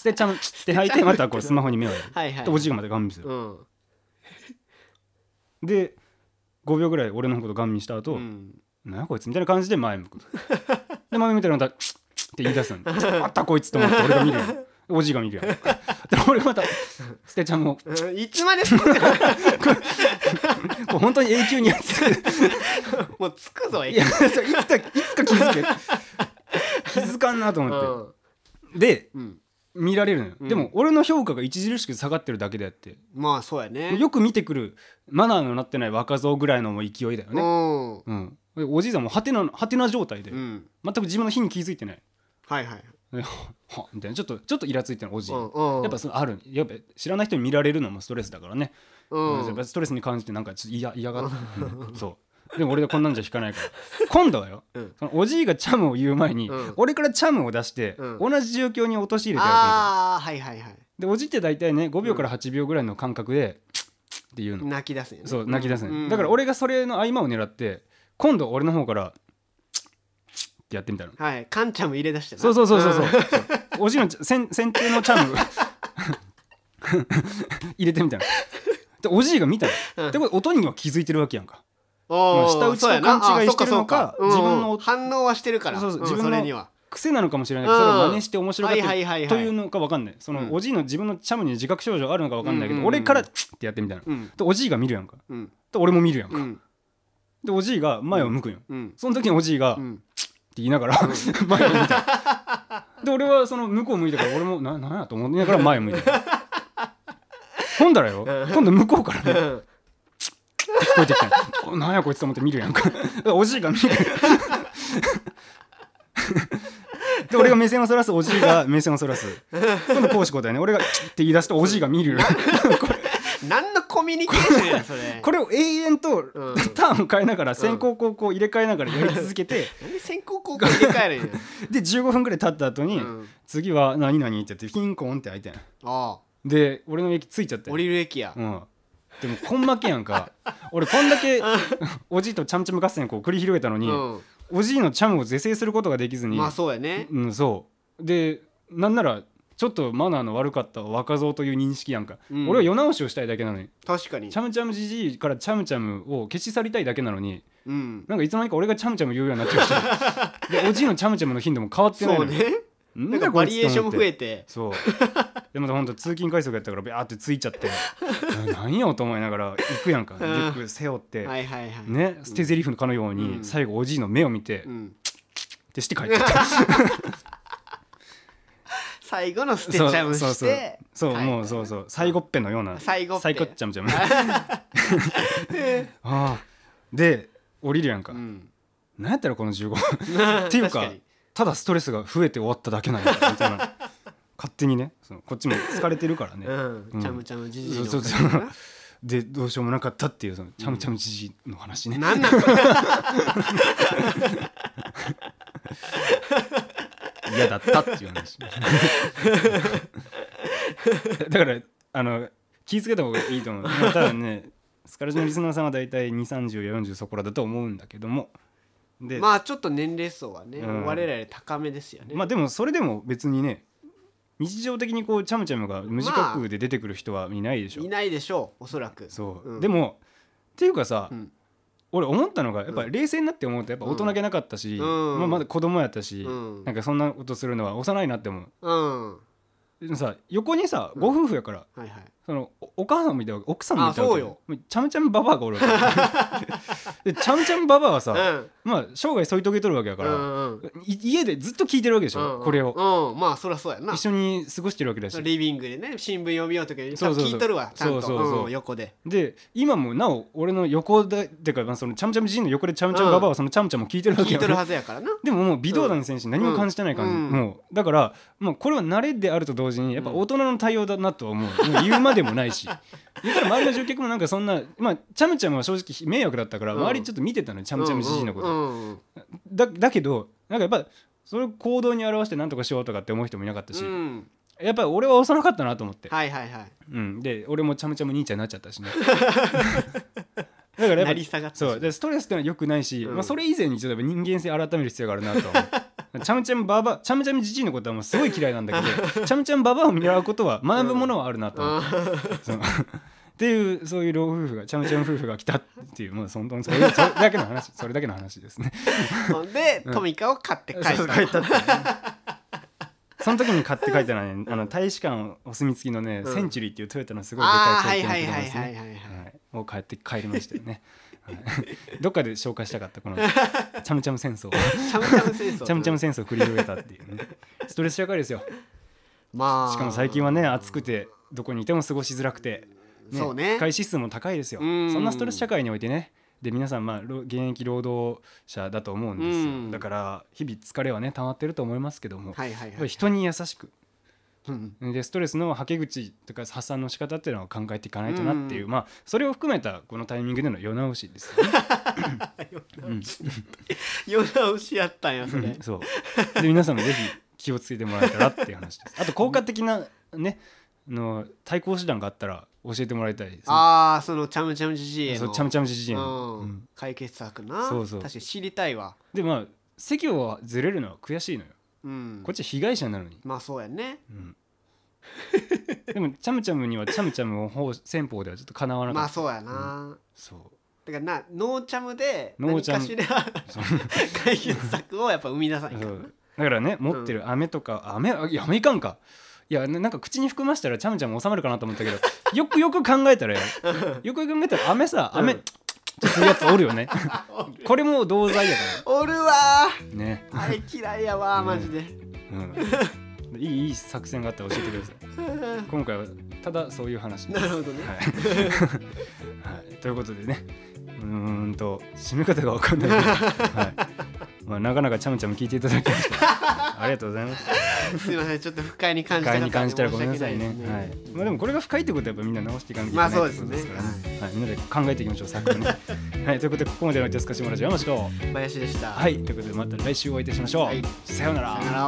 Speaker 1: てチャムって吐いてまたこうスマホに目をやる、
Speaker 3: はいはい
Speaker 1: でおじいがまたガン見する、
Speaker 3: うん
Speaker 1: で5秒ぐらい俺のことガン見した後、
Speaker 3: うん
Speaker 1: なんやこいつみたいな感じで前向くで前見たらまた「チッチッ」って言い出すのまたこいつと思って俺が見るやんおじいが見るやんで俺がまた捨てちゃんもこ
Speaker 3: うんいつまでそんな
Speaker 1: う本当に永久にやってて
Speaker 3: もうつくぞ
Speaker 1: いやそういつかいつか気づけ気づかんなと
Speaker 3: う
Speaker 1: 思っ
Speaker 3: ん
Speaker 1: てで
Speaker 3: うん
Speaker 1: 見られるのよ、
Speaker 3: うん
Speaker 1: でも俺の評価が著しく下がってるだけであって
Speaker 3: まあそうやね
Speaker 1: よく見てくるマナーのなってない若造ぐらいのもう勢いだよね、
Speaker 3: ね
Speaker 1: うん、でおじいさんもハテナハテナ状態で
Speaker 3: うんうん
Speaker 1: 全く自分の火に気づいてない
Speaker 3: はいはい
Speaker 1: ではみたいなちょっとちょっとイラついてるおじい、
Speaker 3: や
Speaker 1: やっぱそのあるやっぱ知らない人に見られるのもストレスだからね、
Speaker 3: うん
Speaker 1: やっぱストレスに感じてなんかちょっと嫌嫌がって、うんそうでも俺でこんなんじゃ引かないから今度はよ、
Speaker 3: うん
Speaker 1: そのおじいがチャムを言う前に、
Speaker 3: うん
Speaker 1: 俺からチャムを出して、
Speaker 3: う
Speaker 1: 同じ状況に陥れてやるから
Speaker 3: ああはいはいはい
Speaker 1: でおじいって大体ね5秒から8秒ぐらいの間隔で、って言うの、
Speaker 3: 泣き出すんやね
Speaker 1: そう泣き出すね、
Speaker 3: うん
Speaker 1: だから俺がそれの合間を狙って今度俺の方からってやってみたの
Speaker 3: はいカンちゃんも入れ出してな
Speaker 1: そうそうそうそうそう。おじいのち先先手のチャム 入れてみたいな。でおじいが見た
Speaker 3: うん
Speaker 1: の。ってことは音には気づいてるわけやんか。
Speaker 3: おー
Speaker 1: 下打ちと
Speaker 3: そうやな
Speaker 1: 勘違い
Speaker 3: あー
Speaker 1: してるのか
Speaker 3: そうそ
Speaker 1: 自
Speaker 3: う
Speaker 1: 分の
Speaker 3: うんうん反応はしてるから
Speaker 1: そうそう
Speaker 3: うん
Speaker 1: 自分
Speaker 3: そ
Speaker 1: の
Speaker 3: れには
Speaker 1: 癖なのかもしれないけど、それを真似して面白がってる、
Speaker 3: うんはいはいはいはい
Speaker 1: というのかわかんない。その、
Speaker 3: うん
Speaker 1: おじいの自分のチャムに自覚症状あるのかわかんないけど、
Speaker 3: うんうんうん
Speaker 1: 俺からチッってやってみたいな。
Speaker 3: うん
Speaker 1: でおじいが見るやんか。
Speaker 3: うん
Speaker 1: で俺も見るやんか。
Speaker 3: うん
Speaker 1: でおじいが前を向くんよ。
Speaker 3: うん
Speaker 1: その時におじいが、
Speaker 3: う
Speaker 1: って
Speaker 3: ん
Speaker 1: 言いながら、前を向いた。で俺はその向こう向いたから俺もななんやと思いながら前を向いた。ほんだらよ今度向こうからね
Speaker 3: うん
Speaker 1: 聞こえてきたのおなんやこいつと思って見るやんかおじいが見るで俺が目線をそらすおじいが目線をそらす今度講師交代ね俺がって言い出すとおじいが見るこれ
Speaker 3: 何のコミュニケーションやそれ
Speaker 1: これを永遠と
Speaker 3: ん
Speaker 1: ターンを変えながら先行後攻入れ替えながらやり続けて
Speaker 3: なんで先行後攻入れ替えるんや
Speaker 1: で15分ぐらい経った後に
Speaker 3: うん
Speaker 1: 次は何々って言ってピンコンって開いてん
Speaker 3: あ
Speaker 1: で俺の駅着いちゃっ
Speaker 3: あ
Speaker 1: て
Speaker 3: 降りる駅や
Speaker 1: うん、でもこん負けやんか 俺こんだけ おじいとちゃむちゃむ合戦こう繰り広げたのに、
Speaker 3: うん
Speaker 1: おじいのチャムを是正することができずに、
Speaker 3: まあそうやね
Speaker 1: うん、そうでなんならちょっとマナーの悪かった若造という認識やんか、
Speaker 3: うん
Speaker 1: 俺は世直しをしたいだけなのに
Speaker 3: 確かに
Speaker 1: チャムチャムじじいからチャムチャムを消し去りたいだけなのに
Speaker 3: うん
Speaker 1: なんかいつの間にか俺がチャムチャム言うようになっちゃうしでおじいのチャムチャムの頻度も変わってない
Speaker 3: そ
Speaker 1: の
Speaker 3: う
Speaker 1: よ
Speaker 3: ね
Speaker 1: ん
Speaker 3: な
Speaker 1: だ
Speaker 3: んか
Speaker 1: こ
Speaker 3: バ
Speaker 1: いつ
Speaker 3: リエーションも増えて
Speaker 1: そうでも本当通勤快速やったからビャーってついちゃっ てななんやと思いながら行くやんかリュック背負って、
Speaker 3: はいはいはい
Speaker 1: ね捨て台詞かのように、
Speaker 3: うん
Speaker 1: 最後おじいの目を見て、
Speaker 3: う
Speaker 1: っ
Speaker 3: ん
Speaker 1: てして帰ってき た
Speaker 3: 最後の捨てちゃう
Speaker 1: そう
Speaker 3: し
Speaker 1: そう
Speaker 3: て
Speaker 1: そう
Speaker 3: はい
Speaker 1: もうそうそう最後っぺのような
Speaker 3: 最後っぺ
Speaker 1: 最高っちゃむちゃむ ああで降りるやんか、
Speaker 3: うん
Speaker 1: なんやったらこの15分 っていうか
Speaker 3: 確かに
Speaker 1: ただストレスが増えて終わっただけなんやみたいな勝手にねそのこっちも疲れてるからね、
Speaker 3: うんちゃむちゃむじじいのお
Speaker 1: そう
Speaker 3: かげ
Speaker 1: そう
Speaker 3: だ
Speaker 1: そう
Speaker 3: な
Speaker 1: でどうしようもなかったっていうそのちゃむちゃむじじいの話ね、
Speaker 3: なんなんそれ
Speaker 1: 嫌だったっていう話だからあの気ぃつけた方がいいと思うまあただ ねスカラジのリスナーさんは大体23040そこらだと思うんだけども で、まあ
Speaker 3: まあちょっと年齢層はね
Speaker 1: うん
Speaker 3: 我らより高めですよね
Speaker 1: でもそれでも別にね日常的にこうチャムチャムが無自覚で出てくる人はいないでしょ、
Speaker 3: いないでしょうおそらく
Speaker 1: そう、
Speaker 3: うん
Speaker 1: でもっていうかさ、
Speaker 3: うん
Speaker 1: 俺思ったのがやっぱ冷静になって思うとやっぱ大人げなかったし、
Speaker 3: うん
Speaker 1: まあ、まだ子供やったし、
Speaker 3: うん
Speaker 1: なんかそんなことするのは幼いなって思う
Speaker 3: うんは
Speaker 1: でもさ横にさ
Speaker 3: うん
Speaker 1: ご夫婦やから、
Speaker 3: いはい
Speaker 1: そのおお母さんもいたわけ奥さんもいたわけ
Speaker 3: あそうよ
Speaker 1: もうちゃむちゃむババアがおるわ けでちゃむちゃむババアは
Speaker 3: う
Speaker 1: さ、
Speaker 3: ん
Speaker 1: まあ生涯添い遂げとるわけやから、
Speaker 3: うんうん
Speaker 1: い家でずっと聞いてるわけでしょ、
Speaker 3: うん
Speaker 1: これを、
Speaker 3: うんまあそりゃそうやな
Speaker 1: 一緒に過ごしてるわけだし
Speaker 3: リビングでね新聞読みようとかに
Speaker 1: そうそうそう
Speaker 3: 聞いとるわちゃんと
Speaker 1: そうそうそう
Speaker 3: うん 横で
Speaker 1: で今もなお俺の横でってかまあそのちゃむちゃむ人の横でちゃむちゃむババアはそのちゃむちゃむを聞いてるわけ
Speaker 3: 聞い
Speaker 1: や
Speaker 3: と
Speaker 1: か
Speaker 3: る
Speaker 1: ら
Speaker 3: はずやからな
Speaker 1: でももう微動だにせんし何も感じてない感じ、
Speaker 3: うん
Speaker 1: もうだからもうこれは慣れであると同時にやっぱ大人の対応だなとは思う、もう言うまでもない し言ったら周りの乗客もなんかそんなまあちゃむちゃむは正直迷惑だったから
Speaker 3: うん
Speaker 1: 周りちょっと見てたのよちゃむちゃむじじいのこと、
Speaker 3: うんうん
Speaker 1: だだけどなんかやっぱそれを行動に表して何とかしようとかって思う人もいなかったし、
Speaker 3: うん
Speaker 1: やっぱり俺は幼かったなと思って、
Speaker 3: はいはいは
Speaker 1: うん、で俺もちゃむちゃむ兄ちゃんになっちゃ ったしねだから
Speaker 3: い
Speaker 1: やっぱ
Speaker 3: 成り下がったし
Speaker 1: そうでストレスってのは良くないし、
Speaker 3: うん
Speaker 1: まあ、それ以前にちょっとやっぱ人間性改める必要があるなとは思 うちゃむちゃむばばちゃむちゃむじじいのことはもうすごい嫌いなんだけ どちゃむちゃむばばを見習うことは学ぶものはあるなと思う、そうっていうそういう老夫婦がちゃむちゃむ夫婦が来たっていうもう本当にそれそれだけの話それだけの話ですね
Speaker 3: うんほんでトミカを買って帰った
Speaker 1: そう帰ったっていうその時に買って帰ったのはねあの大使館お墨付きのね、
Speaker 3: うん
Speaker 1: センチュリーっていうトヨタのすごいで
Speaker 3: ああ
Speaker 1: か
Speaker 3: はいい
Speaker 1: トヨ
Speaker 3: はい
Speaker 1: タの
Speaker 3: はい
Speaker 1: ですね
Speaker 3: はいはいはい
Speaker 1: はい、もう帰って帰りましたよね。はいどっかで紹介したかったこ のチャムチャム戦争をチ
Speaker 3: チャムチャム戦争
Speaker 1: ャムチャム戦争を繰り広げたっていうねストレス社会ですよ
Speaker 3: まあ
Speaker 1: しかも最近はね暑くてどこにいても過ごしづらくて、
Speaker 3: そうね
Speaker 1: 不快指数も高いですよそ
Speaker 3: うん
Speaker 1: んなストレス社会においてねで皆さんまあろ現役労働者だと思うんです
Speaker 3: う
Speaker 1: よ
Speaker 3: ん
Speaker 1: だから日々疲れはね溜まってると思いますけども、
Speaker 3: はいは
Speaker 1: や
Speaker 3: い
Speaker 1: っぱ
Speaker 3: は
Speaker 1: り
Speaker 3: い
Speaker 1: 人に優しく
Speaker 3: うん
Speaker 1: でストレスのはけ口とか発散の仕方っていうのを考えていかないとなっていう、まあそれを含めたこのタイミングでの世直しですよね。
Speaker 3: 世直しやったんやそれ
Speaker 1: うんそうで皆さんもぜひ気をつけてもらえたらっていう話です。あと効果的なねあの対抗手段があったら教えてもらいたいです、ね。
Speaker 3: ああそのチャムチャムじじいへ
Speaker 1: そう
Speaker 3: の
Speaker 1: ちゃむちゃむじじいの。
Speaker 3: う
Speaker 1: うんん
Speaker 3: 解決策な
Speaker 1: そうそう
Speaker 3: 確かに知りたいわ
Speaker 1: でまあ席をずれるのは悔しいのよ。
Speaker 3: うん
Speaker 1: こっち被害者なのに。
Speaker 3: まあそうやね
Speaker 1: うん、でもチャムチャムにはチャムチャムを方戦法ではちょっとかなわなか
Speaker 3: ま
Speaker 1: った。
Speaker 3: あそうやな
Speaker 1: そう
Speaker 3: だからなノーチャムで
Speaker 1: ノー
Speaker 3: 何
Speaker 1: チャム
Speaker 3: かしら解決策をやっぱ生み出さないか
Speaker 1: そ
Speaker 3: んな
Speaker 1: うだからね持ってる飴とか、飴あいや飴いかんかいやななんか口に含ましたらちゃむちゃむ収まるかなと思ったけどよくよく考えたらよよくよく考えたら飴さ飴、
Speaker 3: うん
Speaker 1: チッチッチッってするやつおるよね
Speaker 3: おる
Speaker 1: これも同罪やか
Speaker 3: おるわ
Speaker 1: らね、
Speaker 3: ーあれ嫌いやわーマジで
Speaker 1: うん、いいいい作戦があったら教えてください今回はただそういう 話です
Speaker 3: なるほどね
Speaker 1: はい、はい、ということでねうーんと締め方が分かんないけど、はいまあ、なかなかちゃむちゃむ聞いていただきましたありがとうございます
Speaker 3: すいませんちょっと不快に感じ
Speaker 1: 不
Speaker 3: た
Speaker 1: 快
Speaker 3: 方
Speaker 1: に感じたらごめんなさいね
Speaker 3: 申し訳
Speaker 1: は
Speaker 3: ないですね
Speaker 1: まあ、でもこれが深いってことはやっぱみんな直していかなきゃいけないってことですからね,、
Speaker 3: まあそうです
Speaker 1: はいみんなで考えていきましょう作品ねはいということでここまでの手塚島ラジオ山下
Speaker 3: 林でした
Speaker 1: はいということでまた来週お会いいたしましょう、
Speaker 3: はい
Speaker 1: さような
Speaker 3: さ
Speaker 1: ら
Speaker 3: よなら